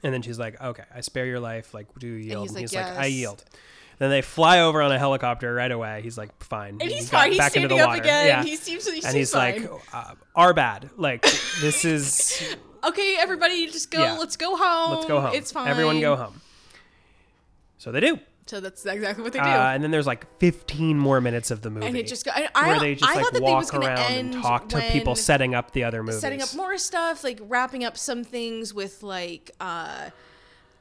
And then she's like, "Okay, I spare your life. Like, do you yield?" And he's he's, like, like, "I "Yes." yield." And Then they fly over on a helicopter right away. He's like, fine. And he's got fine. He's back into the standing up water. again. Yeah. He seems, he and he's fine. like, uh, our bad. Like, this is, okay, everybody, just go. Yeah. Let's go home. let's go home. It's fine. Everyone go home. So they do. So that's exactly what they do. Uh, and then there's like 15 more minutes of the movie. and it just got. I, I, where they just I like thought that thing walk was going around to end and talk to people when setting up the other movies. setting up more stuff, like wrapping up some things with like uh,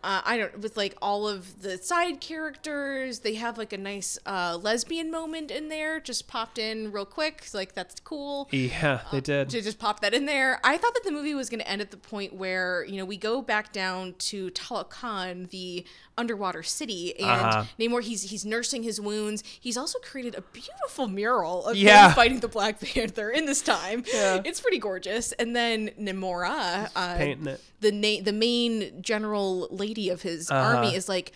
uh I don't with like all of the side characters. They have like a nice uh lesbian moment in there, just popped in real quick. Like that's cool. Yeah, they did. To just pop that in there. I thought that the movie was going to end at the point where, you know, we go back down to Talakan, the underwater city, and Uh-huh. Namor, he's he's nursing his wounds. He's also created a beautiful mural of Yeah. him fighting the Black Panther in this time. It's pretty gorgeous. And then Namora, painting uh, it. the, na- the main general lady of his Uh-huh. army, is like,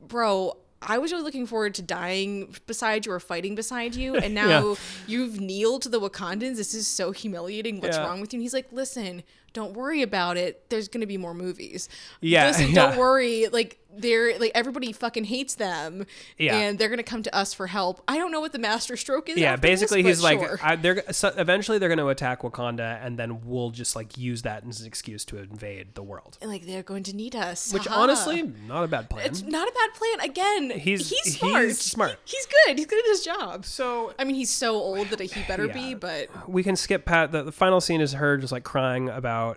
bro, I was really looking forward to dying beside you or fighting beside you, and now Yeah. you've kneeled to the Wakandans. This is so humiliating. What's Yeah. wrong with you? And he's like, listen, don't worry about it. There's gonna be more movies. Yeah, Listen, yeah. don't worry. Like they're like everybody fucking hates them. Yeah. And they're gonna come to us for help. I don't know what the master stroke is. yeah, after this, basically but he's like, sure. I, they're so eventually they're going to attack Wakanda, and then we'll just like use that as an excuse to invade the world. like they're going to need us. Which Haha. honestly, not a bad plan. Uh-huh. it's not a bad plan. Again, He's- he's he's he's smart. smart. He's good. He's good at his job. so I mean, he's so old that he better Yeah. be, but we can skip pat the, the final scene is her just like crying about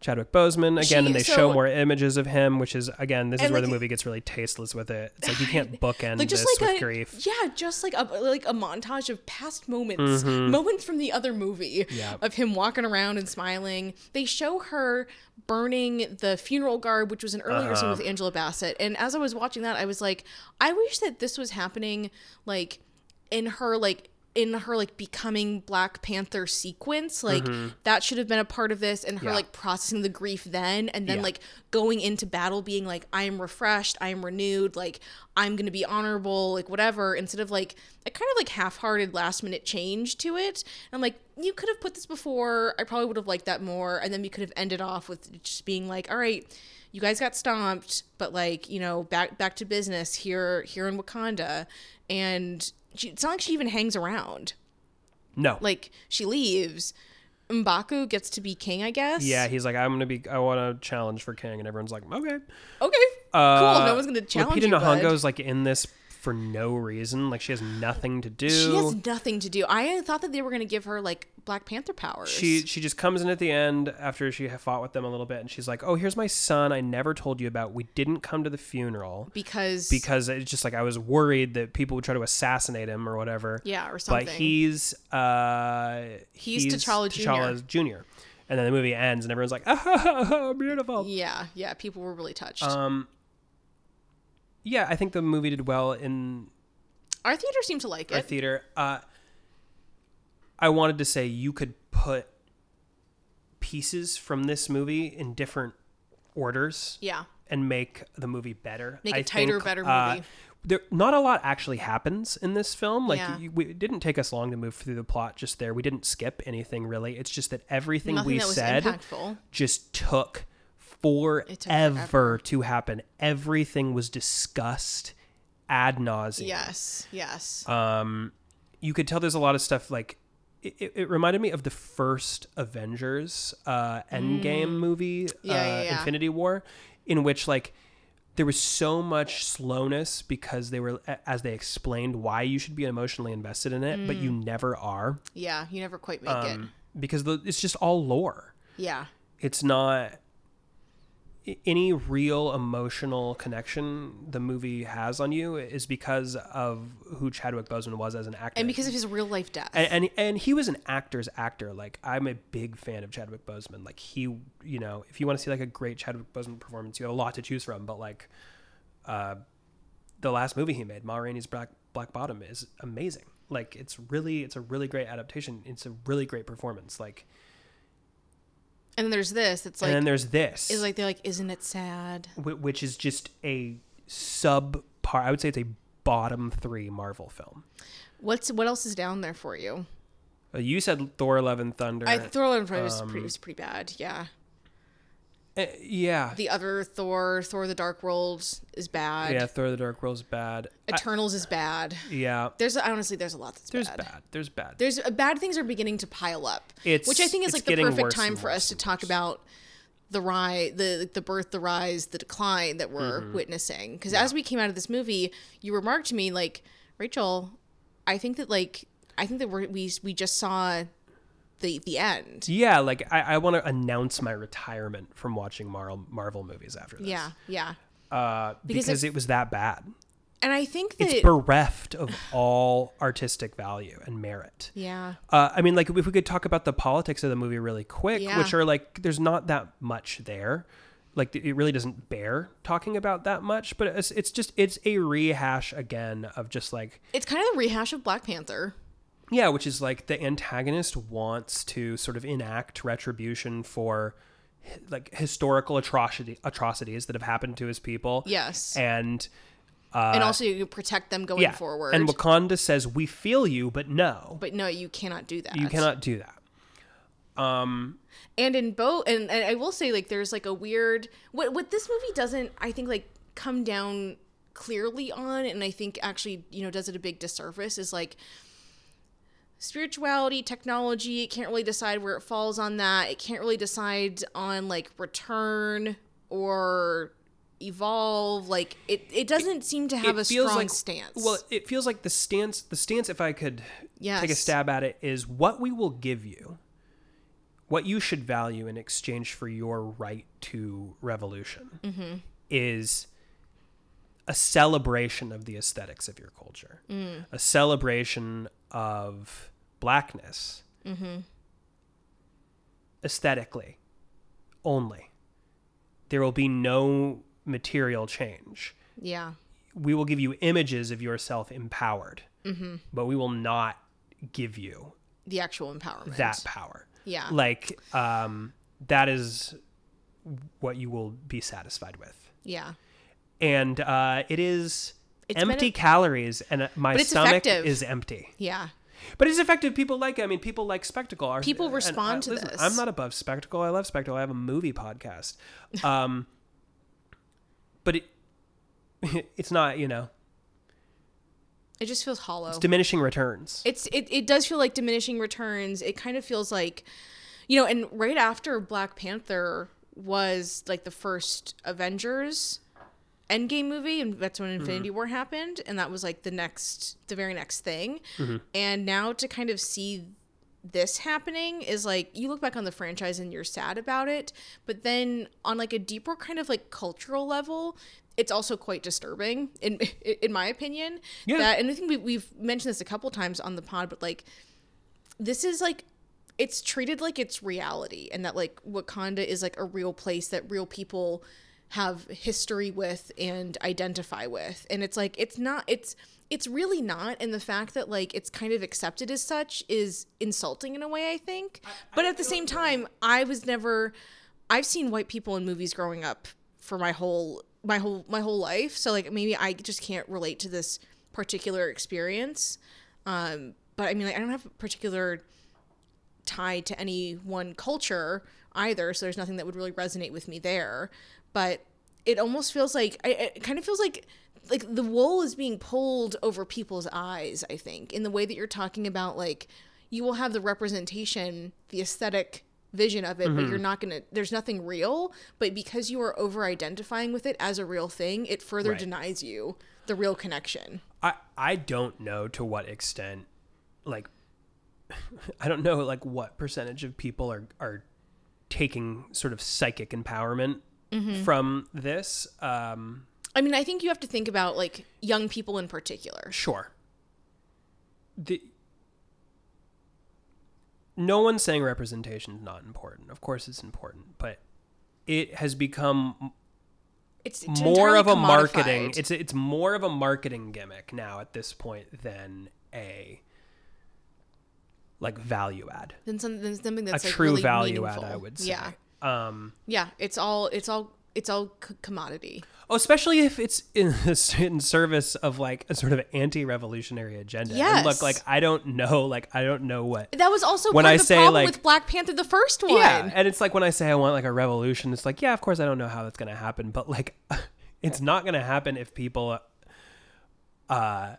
Chadwick Boseman again, She- and they so- show more images of him, which is again this is And, where the like- movie gets really tasteless with it. It's like you can't bookend like just this like with a grief. yeah, just like a like a montage of past moments, moments from the other movie Mm-hmm. Yeah. of him walking around and smiling. They show her burning the funeral garb, which was an earlier Uh-huh. scene with Angela Bassett. And as I was watching that, I was like, I wish that this was happening like in her like in her like becoming Black Panther sequence. Like that should have been a part of this and her Mm-hmm. Yeah. like processing the grief then and then Yeah. like going into battle being like I am refreshed, I am renewed, like I'm going to be honorable, like whatever instead of like a kind of like half-hearted last minute change to it. And I'm like you could have put this before. I probably would have liked that more and then we could have ended off with just being like all right, you guys got stomped, but like, you know, back back to business here here in Wakanda and she, it's not like she even hangs around. No, Like she leaves. Mbaku gets to be king, I guess. yeah, he's like I'm gonna be I want to challenge for king, and everyone's like okay, Okay. cool. No one's gonna challenge Uh, Lupita you. bud. Nyong'o's like in this for no reason. Like she has nothing to do. She has nothing to do. I thought that they were gonna give her like Black Panther powers. she she just comes in at the end after she ha- fought with them a little bit, and she's like, "Oh, here's my son. I never told you about. We didn't come to the funeral because because it's just like I was worried that people would try to assassinate him or whatever. Yeah, or something. But he's uh He's T'Challa Jr.. Jr. And then the movie ends, and everyone's like, "Oh, beautiful." yeah, yeah, people were really touched. Um, yeah, I think the movie did well in Our theater seemed to like our it. theater. Uh, I wanted to say you could put pieces from this movie in different orders yeah, and make the movie better. Make a a tighter, better movie. there, not a lot actually happens in this film. Like, Yeah. you, we, it didn't take us long to move through the plot. Just there, we didn't skip anything really. It's just that everything nothing we that was said impactful. just took forever, forever. to happen. Everything was discussed ad nauseum Yes, yes. um you could tell there's a lot of stuff like it, it, it reminded me of the first avengers uh endgame movie Mm. Yeah, uh, yeah, yeah. infinity war in which like there was so much slowness because they were a- as they explained why you should be emotionally invested in it but you Mm. never are yeah, you never quite make it. um, because the, it's just all lore Yeah, it's not i- any real emotional connection the movie has on you is because of who Chadwick Boseman was as an actor and because of his real life death. and, and and he was an actor's actor. Like I'm a big fan of Chadwick Boseman. Like he, you know, if you want to see like a great Chadwick Boseman performance, you have a lot to choose from. But like, uh, the last movie he made, Ma Rainey's Black Black Bottom, is amazing. Like it's really, it's a really great adaptation. It's a really great performance. Like, and then there's this. It's and like then there's this, it's like they're like, isn't it sad? whi- which is just a sub par. I would say it's a bottom three Marvel film. What's what else is down there for you? Uh, You said Thor: Love and Thunder. I Thor Love and Thunder was pretty was pretty bad. Yeah. Uh, yeah. The other Thor, Thor the Dark World is bad. yeah, Thor the Dark World's bad. I- Eternals is bad. yeah. There's honestly there's a lot that's There's bad. bad. There's bad. There's uh, bad things are beginning to pile up. It's- which I think is it's like the getting perfect worse time and for worse us to and talk about the rise, the the birth, the rise, the decline that we're Mm-hmm. witnessing. Because as we came out of this movie, you remarked to me like, Rachel, I think that like I think that we're, we we just saw the the end. yeah, like I, I want to announce my retirement from watching Marvel Marvel movies after this. Yeah, yeah. uh, because, Because it was that bad. And I think that It's bereft of all artistic value and merit. yeah, Uh, I mean, like if we could talk about the politics of the movie really quick, Yeah. which are like there's not that much there. Like it really doesn't bear talking about that much, but it's, it's just it's a rehash again of just like it's kind of a rehash of Black Panther. yeah, which is like the antagonist wants to sort of enact retribution for hi- like historical atrocity atrocities that have happened to his people. Yes, and, and also you protect them going Uh, yeah, forward. and Wakanda says we feel you, but no, but no, you cannot do that. you cannot do that. and in both and, and i will say like there's like a weird what what this movie doesn't i think like come down clearly on and i think actually you know does it a big disservice is like spirituality technology it can't really decide where it falls on that it can't really decide on like return or evolve like it it doesn't seem to have It a feels strong like- stance Well, it feels like the stance. The stance, if I could yes take a stab at it, is what we will give you, what you should value in exchange for your right to revolution, Mm-hmm. is a celebration of the aesthetics of your culture, Mm. a celebration of blackness, Mm-hmm. aesthetically only. There will be no material change yeah we will give you images of yourself empowered, Mm-hmm. but we will not give you the actual empowerment that power. yeah Like, um, that is what you will be satisfied with. yeah And uh, it is It's been empty a- calories, and uh, my But it's stomach effective. is empty. yeah But it's effective. People like it. I mean, people like spectacle. Our- People and respond I- to listen, this. I'm not above spectacle. I love spectacle. I have a movie podcast. Um, but it, it's not, you know, it just feels hollow it's diminishing returns. it's it, it does feel like diminishing returns it kind of feels like you know and right after black panther was like the first avengers endgame movie and that's when infinity war happened and that was like the next the very next thing and now to kind of see this happening is like you look back on the franchise and you're sad about it but then on like a deeper kind of like cultural level it's also quite disturbing in in my opinion Yeah. that and i think we, we've mentioned this a couple times on the pod but like this is like it's treated like it's reality and that like wakanda is like a real place that real people have history with and identify with and it's like it's not it's it's really not and the fact that like it's kind of accepted as such is insulting in a way i think but at the same time i was never i've seen white people in movies growing up for my whole my whole my whole life so like maybe i just can't relate to this particular experience um but i mean like, i don't have a particular tied to any one culture either so there's nothing that would really resonate with me there but it almost feels like I- I- it kind of feels like like the wool is being pulled over people's eyes i think in the way that you're talking about like you will have the representation the aesthetic vision of it but Mm-hmm. you're not gonna there's nothing real but because you are over identifying with it as a real thing it further Right. denies you the real connection I I don't know to what extent like I don't know like what percentage of people are are taking sort of psychic empowerment from this. Um i mean i think you have to think about like young people in particular sure. The no one's saying representation's not important. Of course it's important, but it has become it's more entirely of a marketing commodified. it's it's more of a marketing gimmick now at this point than a like value add than something, than something a that's like true really value meaningful. add i would say Yeah, um yeah. It's all it's all it's all c- commodity. Oh, especially if it's in, in service of like a sort of anti-revolutionary agenda. And look, Yes. like I don't know, like I don't know what. That was also When part I of the say, problem like- with Black Panther, the first one. Yeah, and it's like when I say I want like a revolution, it's like yeah, of course I don't know how that's gonna happen, but like it's not gonna happen if people uh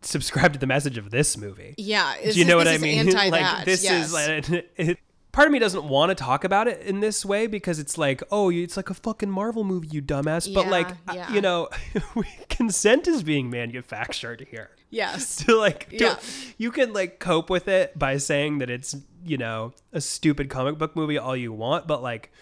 subscribe to the message of this movie. Yeah, it's- Do you know what this I is mean? Anti like that, this yes. is like, it, part of me doesn't want to talk about it in this way because it's like, oh, you- it's like a fucking Marvel movie, you dumbass. But Yeah, like, I- yeah. you know, consent is being manufactured here. yes, To like, do- Yeah. you can like cope with it by saying that it's you know a stupid comic book movie all you want, but like.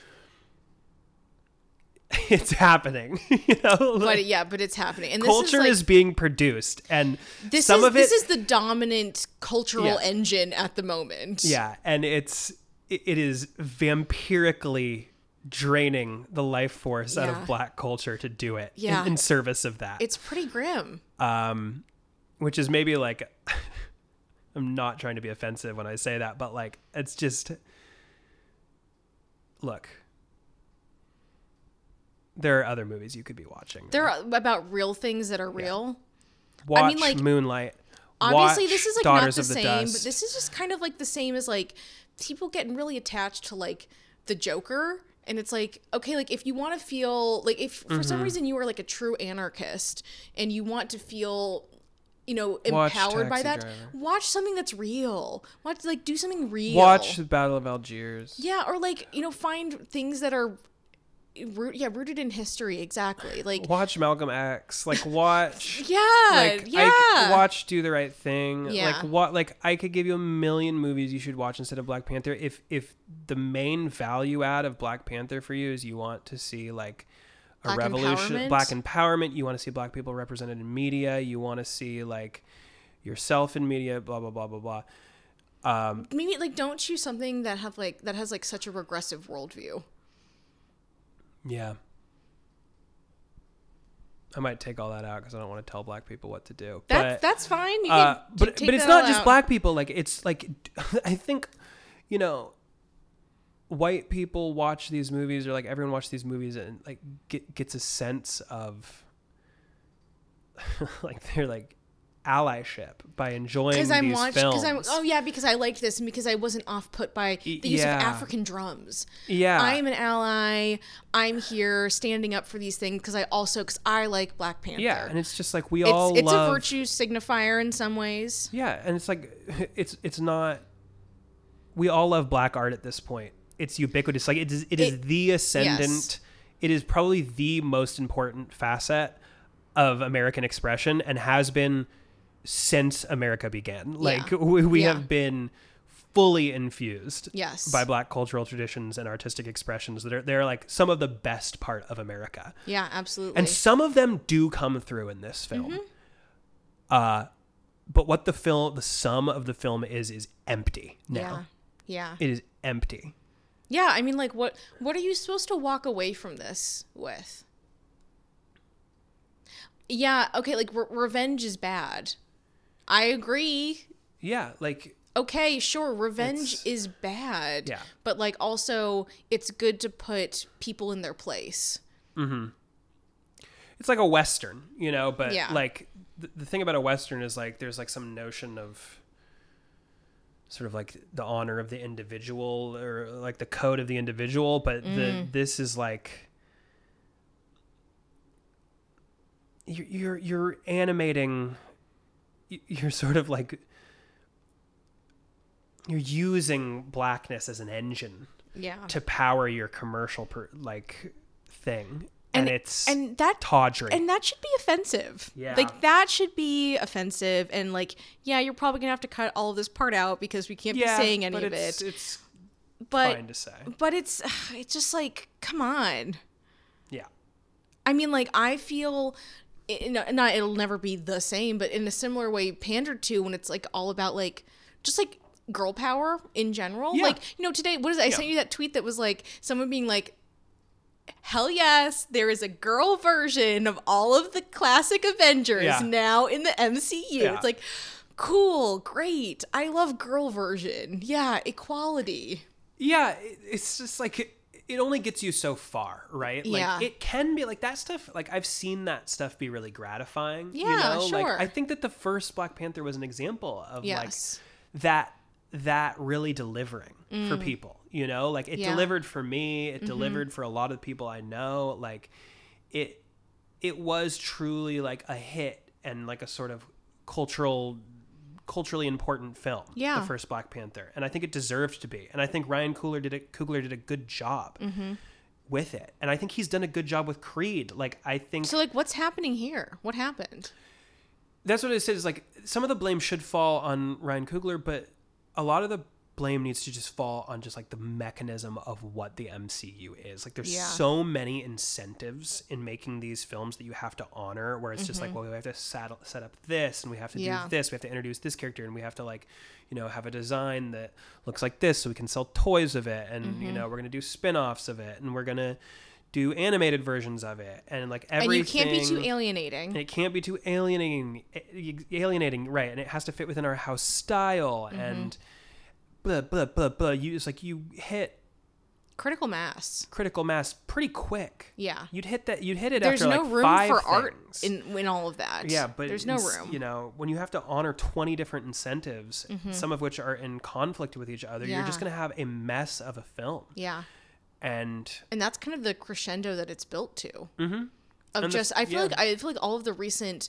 It's happening, you know. but Like, yeah, but it's happening. And culture this is is, being produced, and like, this some is, of it this is the dominant cultural Yeah. engine at the moment. Yeah, and it's it it is vampirically draining the life force out Yeah. of black culture to do it in- Yeah. in, service of that, it's pretty grim. which is maybe like I'm not trying to be offensive when I say that, but like it's just look. There are other movies you could be watching. They're about real things that are real. Watch mean, like, Moonlight. Obviously, watch this is like Daughters not of the, the same, Dust. but this is just kind of like the same as like people getting really attached to like the Joker. And it's like, okay, like if you want to feel like if for Mm-hmm. some reason you are like a true anarchist and you want to feel you know Watch empowered by that Taxi Driver. watch something that's real watch like do something real Watch the Battle of Algiers. yeah or like you know find things that are root yeah rooted in history exactly like Watch Malcolm X. Like watch yeah like yeah I c- watch do the right thing Yeah. like what like i could give you a million movies you should watch instead of black panther if if the main value add of black panther for you is you want to see like a Black revolution empowerment? black empowerment you want to see black people represented in media you want to see like yourself in media blah blah blah blah blah maybe like don't choose something that have like that has like such a regressive worldview. yeah i might take all that out because i don't want to tell black people what to do That's but, that's fine. You Uh, can t- but take but it's that all not just out. black people. Like it's like I think, you know, white people watch these movies or like everyone watch these movies and like get, gets a sense of like they're like allyship by enjoying Because these I'm watching. films. Because I'm. Oh yeah, because I liked this and because I wasn't off put by the Y- use yeah. of African drums. yeah, I'm an ally. I'm here standing up for these things because I also because I like Black Panther. yeah, and it's just like we all it's it's love. a virtue signifier in some ways. Yeah, and it's like it's it's not. We all love black art at this point. It's ubiquitous. Like it is it is It- the ascendant. It is probably the most important facet of American expression and has been since America began. Like we, we Yeah. have been fully infused Yes. by black cultural traditions and artistic expressions that are they're like some of the best part of America. Yeah, absolutely. And some of them do come through in this film. Uh, but what the film, the sum of the film is, is empty yeah. now. Yeah. It is empty. Yeah, I mean like what what are you supposed to walk away from this with? Yeah, okay, like re- revenge is bad. I agree. Yeah, like Okay, sure, revenge It's- is bad. Yeah. But like also it's good to put people in their place. it's like a western, you know. But Yeah. like the, the thing about a western is like there's like some notion of sort of like the honor of the individual or like the code of the individual. But Mm. the this is like you're you're, you're animating. y- You're sort of like you're using blackness as an engine Yeah. to power your commercial per, like thing, and, And- it's and that tawdry. and that should be offensive. Yeah. Like that should be offensive and like yeah, you're probably going to have to cut all of this part out because we can't be saying any but of it's, it. It's But fine to say. but it's it's just like come on. Yeah. I mean, like I feel, it, no- not it'll never be the same, but in a similar way, pandered to when it's like all about like just like girl power in general. Yeah. Like you know, today what is it? I sent you that tweet that was like someone being like. Hell yes, there is a girl version of all of the classic Avengers Yeah. now in the MCU. Yeah. It's like, cool, great. I love girl version. Yeah, equality. Yeah, it, it's just like it, it only gets you so far, right? Like Yeah. it can be like that stuff. Like I've seen that stuff be really gratifying. you Yeah, know? sure. Like I think that the first Black Panther was an example of Yes. like that that really delivering for people. You know, like it Mm. Yeah. Mm-hmm. delivered for me. It delivered for a lot of the people I know. Like it it was truly like a hit and like a sort of cultural culturally important film Yeah. the first black panther and i think it deserved to be and i think ryan coogler did a coogler did a good job Mm-hmm. with it and i think he's done a good job with creed like i think So like what's happening here? What happened? that's what it says like some of the blame should fall on ryan coogler but a lot of the blame needs to just fall on just like the mechanism of what the mcu is like there's Yeah. so many incentives in making these films that you have to honor where it's just like well we have to saddle, set up this and we have to Mm-hmm. Yeah. do this we have to introduce this character and we have to like you know have a design that looks like this so we can sell toys of it and Mm-hmm. you know we're gonna do spin-offs of it and we're gonna do animated versions of it and like And everything you can't be too alienating. and it can't be too alienating eh, alienating right and it has to fit within our house style Mm-hmm. and blah blah blah blah you it's like you hit Critical mass. critical mass pretty quick Yeah. you'd hit that you'd hit it There's after no like room five for art things. in in all of that. yeah but there's no ins- room. you know when you have to honor 20 different incentives some of which are in conflict with each other you're just Mm-hmm. Yeah. going to have a mess of a film Yeah. and and that's kind of the crescendo that it's built to. Of Mm-hmm. And the- just, I feel yeah. like I feel like all of the recent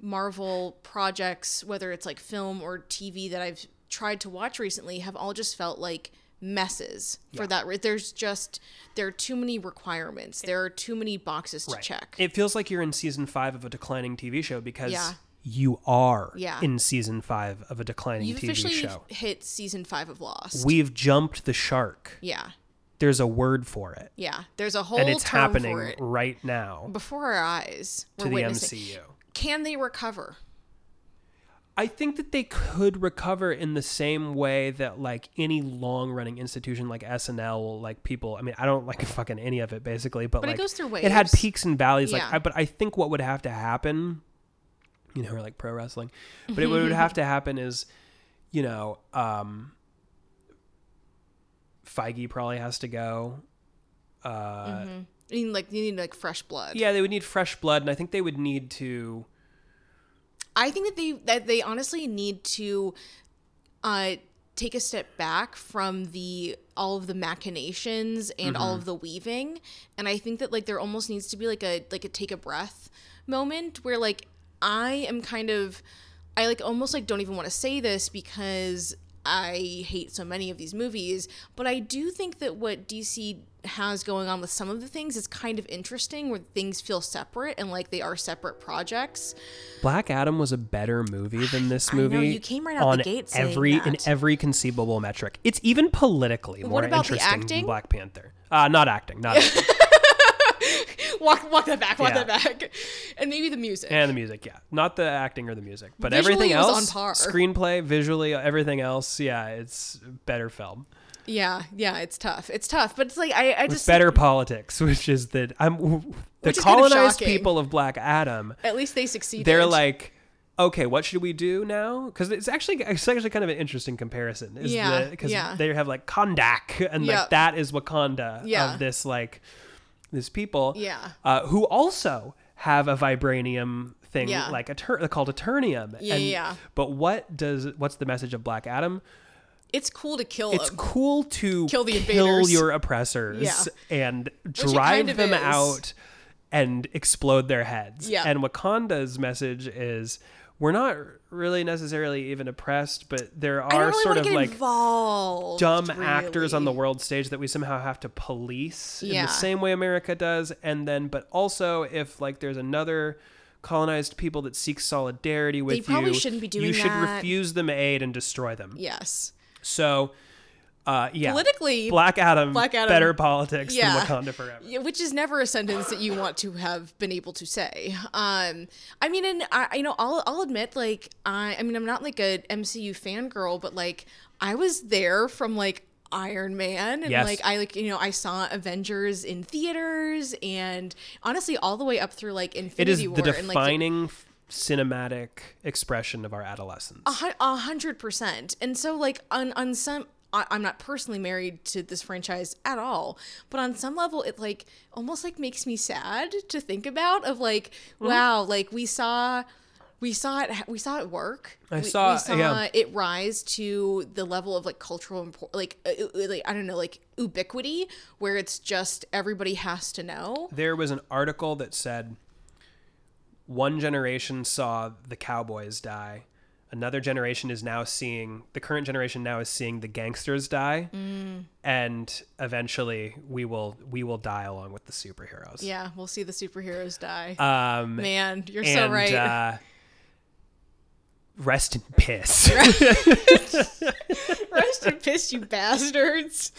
Marvel projects, whether it's like film or TV that I've tried to watch recently, have all just felt like messes for that. re- There's just there are too many requirements. There are too many boxes to Right. check. It feels like you're in season five of a declining TV show because Yeah. you are Yeah. in season five of a declining You've TV officially E show. hit season five of Lost. We've jumped the shark. yeah, There's a word for it, yeah. There's a whole and it's term happening for it right now before our eyes. We're to the witnessing. MCU. Can they recover? I think that they could recover in the same way that like any long-running institution like SNL will like people. I mean, I don't like fucking any of it basically, but, But it like, goes through It had waves. peaks and valleys. Like, Yeah. I, but I think what would have to happen, you know, we're like pro wrestling, but it, what would have to happen is, you know, um, Feige probably has to go. Uh, I mean, like you need like fresh blood. Yeah, they would need fresh blood, and I think they would need to. I think that they that they honestly need to uh, take a step back from the all of the machinations and all of the weaving, and I think that like there almost needs to be like a like a take a breath moment where like I am kind of I like almost like don't even want to say this because I hate so many of these movies, but I do think that what DC has going on with some of the things is kind of interesting where things feel separate and like they are separate projects. Black Adam was a better movie than this know, movie. you came right out on the gate saying every in that. every conceivable metric. It's even politically more about the interesting acting? than Black Panther. Uh, not acting, not acting. walk walk that back, walk Yeah. that back, and maybe the music. and the music. Yeah, not the acting or the music, but Visually, everything it was on else, par. screenplay, visually, everything else. Yeah, it's better film, yeah, yeah, it's tough. It's tough, but it's like I, I just better politics, which is that I'm the Which is kind of colonized shocking. people of Black Adam. at least they succeeded. They're like. Okay, what should we do now? Because it's actually it's actually kind of an interesting comparison. Is Yeah, because yeah. they have like Kondak, and Yep. like that is Wakanda Yeah. of this like this people. Yeah. uh, who also have a vibranium thing Yeah. like a tur- called Eternium. Yeah, yeah. But what does what's the message of Black Adam? it's cool to kill It's them. cool to Kill the kill invaders. your oppressors Yeah. and it drive kind of them is. out and explode their heads. Yeah. And Wakanda's message is we're not really necessarily even oppressed, but there I are don't really sort want of to get like involved. dumb actors on the really. world stage that we somehow have to police in Yeah. the same way America does. And then, but also if like there's another colonized people that seeks solidarity with probably you, shouldn't be you doing should that. refuse them aid and destroy them. Yes, So, uh, yeah, politically, Black Adam, Black Adam- better politics Yeah. than Wakanda forever. Yeah, which is never a sentence that you want to have been able to say. Um, I mean, and I, you know, I'll, I'll admit, like, I, I mean, I'm not like a MCU fangirl, but like, I was there from like Iron Man, and Yes. like, I like, you know, I saw Avengers in theaters, and honestly, all the way up through like It is Infinity the War, and like. the- defining f- Uh-huh. cinematic expression of our adolescence. a hun- A hundred percent. And so, like on on some I, I'm not personally married to this franchise at all, but on some level, it like almost like makes me sad to think about. Of like, Mm-hmm. wow, like we saw, we saw it, we saw it work. I we, saw- we saw yeah. it rise to the level of like cultural import, like uh, uh, like I don't know, like ubiquity, where it's just everybody has to know. there was an article that said one generation saw the cowboys die another generation is now seeing the current generation now is seeing the gangsters die Mm. and eventually we will we will die along with the superheroes Yeah, we'll see the superheroes die. um Man, you're and so right. uh rest in piss Rest in piss, you bastards.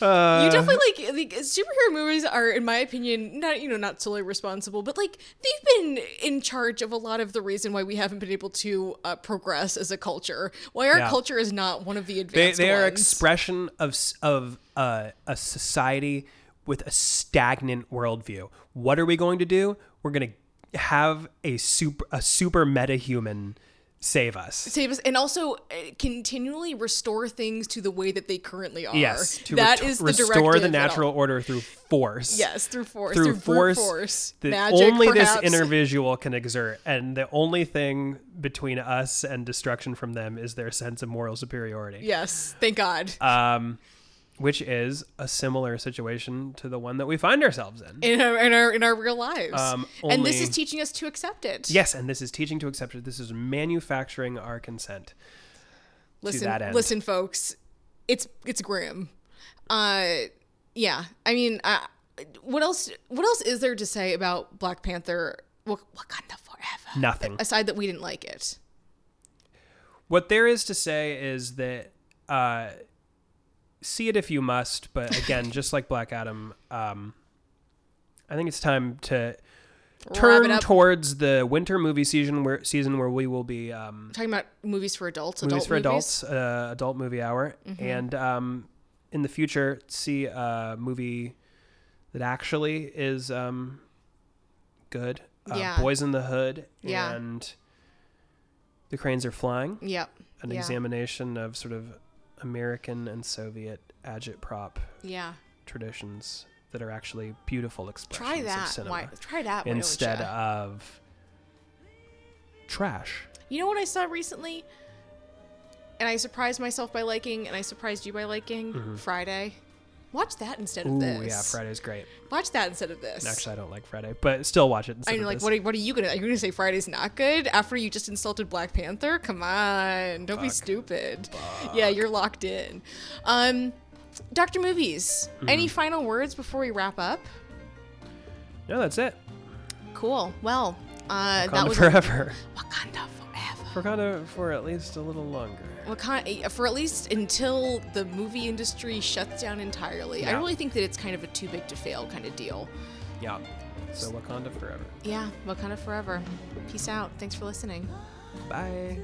Uh, you definitely like, like superhero movies are, in my opinion, not you know not solely responsible, but like they've been in charge of a lot of the reason why we haven't been able to uh, progress as a culture. Why our Yeah. culture is not one of the they, advanced. they are ones. expression of s- of uh, a society with a stagnant worldview. What are we going to do? We're going to have a super a super meta human save us. save us and also uh, continually restore things to the way that they currently are. Yes, to that reto- is the restore directive the at all- natural order through force. Yes, through force, Through through, brute force, force, That magic. only perhaps. this intervisual can exert, and the only thing between us and destruction from them is their sense of moral superiority. Yes, thank God. Um, which is a similar situation to the one that we find ourselves in. in our in our in our real lives. Um, and this only- is teaching us to accept it. Yes, and this is teaching to accept it. This is manufacturing our consent. listen, that end. listen, folks, it's it's grim. Uh, yeah. I mean, uh, what else? What else is there to say about Black Panther? Wak- Wakanda forever. Nothing. Aside that we didn't like it. What there is to say is that uh, see it if you must, but again, just like Black Adam, um, I think it's time to Wrap it turn up. towards the winter movie season where season where we will be um, talking about movies for adults. movies adult Mm-hmm. for adults, uh, adult movie hour, and um, in the future see a movie that actually is um, good. Uh, Yeah. Boys in the Hood Yeah. and The Cranes Are Flying, Yep. an yeah. examination of sort of American and Soviet agitprop Yeah. traditions that are actually beautiful expressions Try of that. cinema Why? Try that. why don't instead ya? of trash. You know what I saw recently? And I surprised myself by liking, and I surprised you by liking Friday. Watch that instead of Mm-hmm. Ooh, this. yeah, Friday's great. Watch that instead of this. Actually, I don't like Friday, but still watch it. Instead I mean, of like, this. what are, what are you gonna? Are you gonna say Friday's not good after you just insulted Black Panther? Come on, don't be stupid. Yeah, you're locked in. Um, Doctor Movies. Any Mm-hmm. final words before we wrap up? No, that's it. Cool. Well, uh, that Wakanda was forever. Wakanda forever. Wakanda for at least a little longer. Wakan- eh, for at least until the movie industry shuts down entirely. I Yeah. really think that it's kind of a too big to fail kind of deal. Yeah. So Wakanda forever. Yeah, Wakanda forever. Peace out. Thanks for listening. Bye.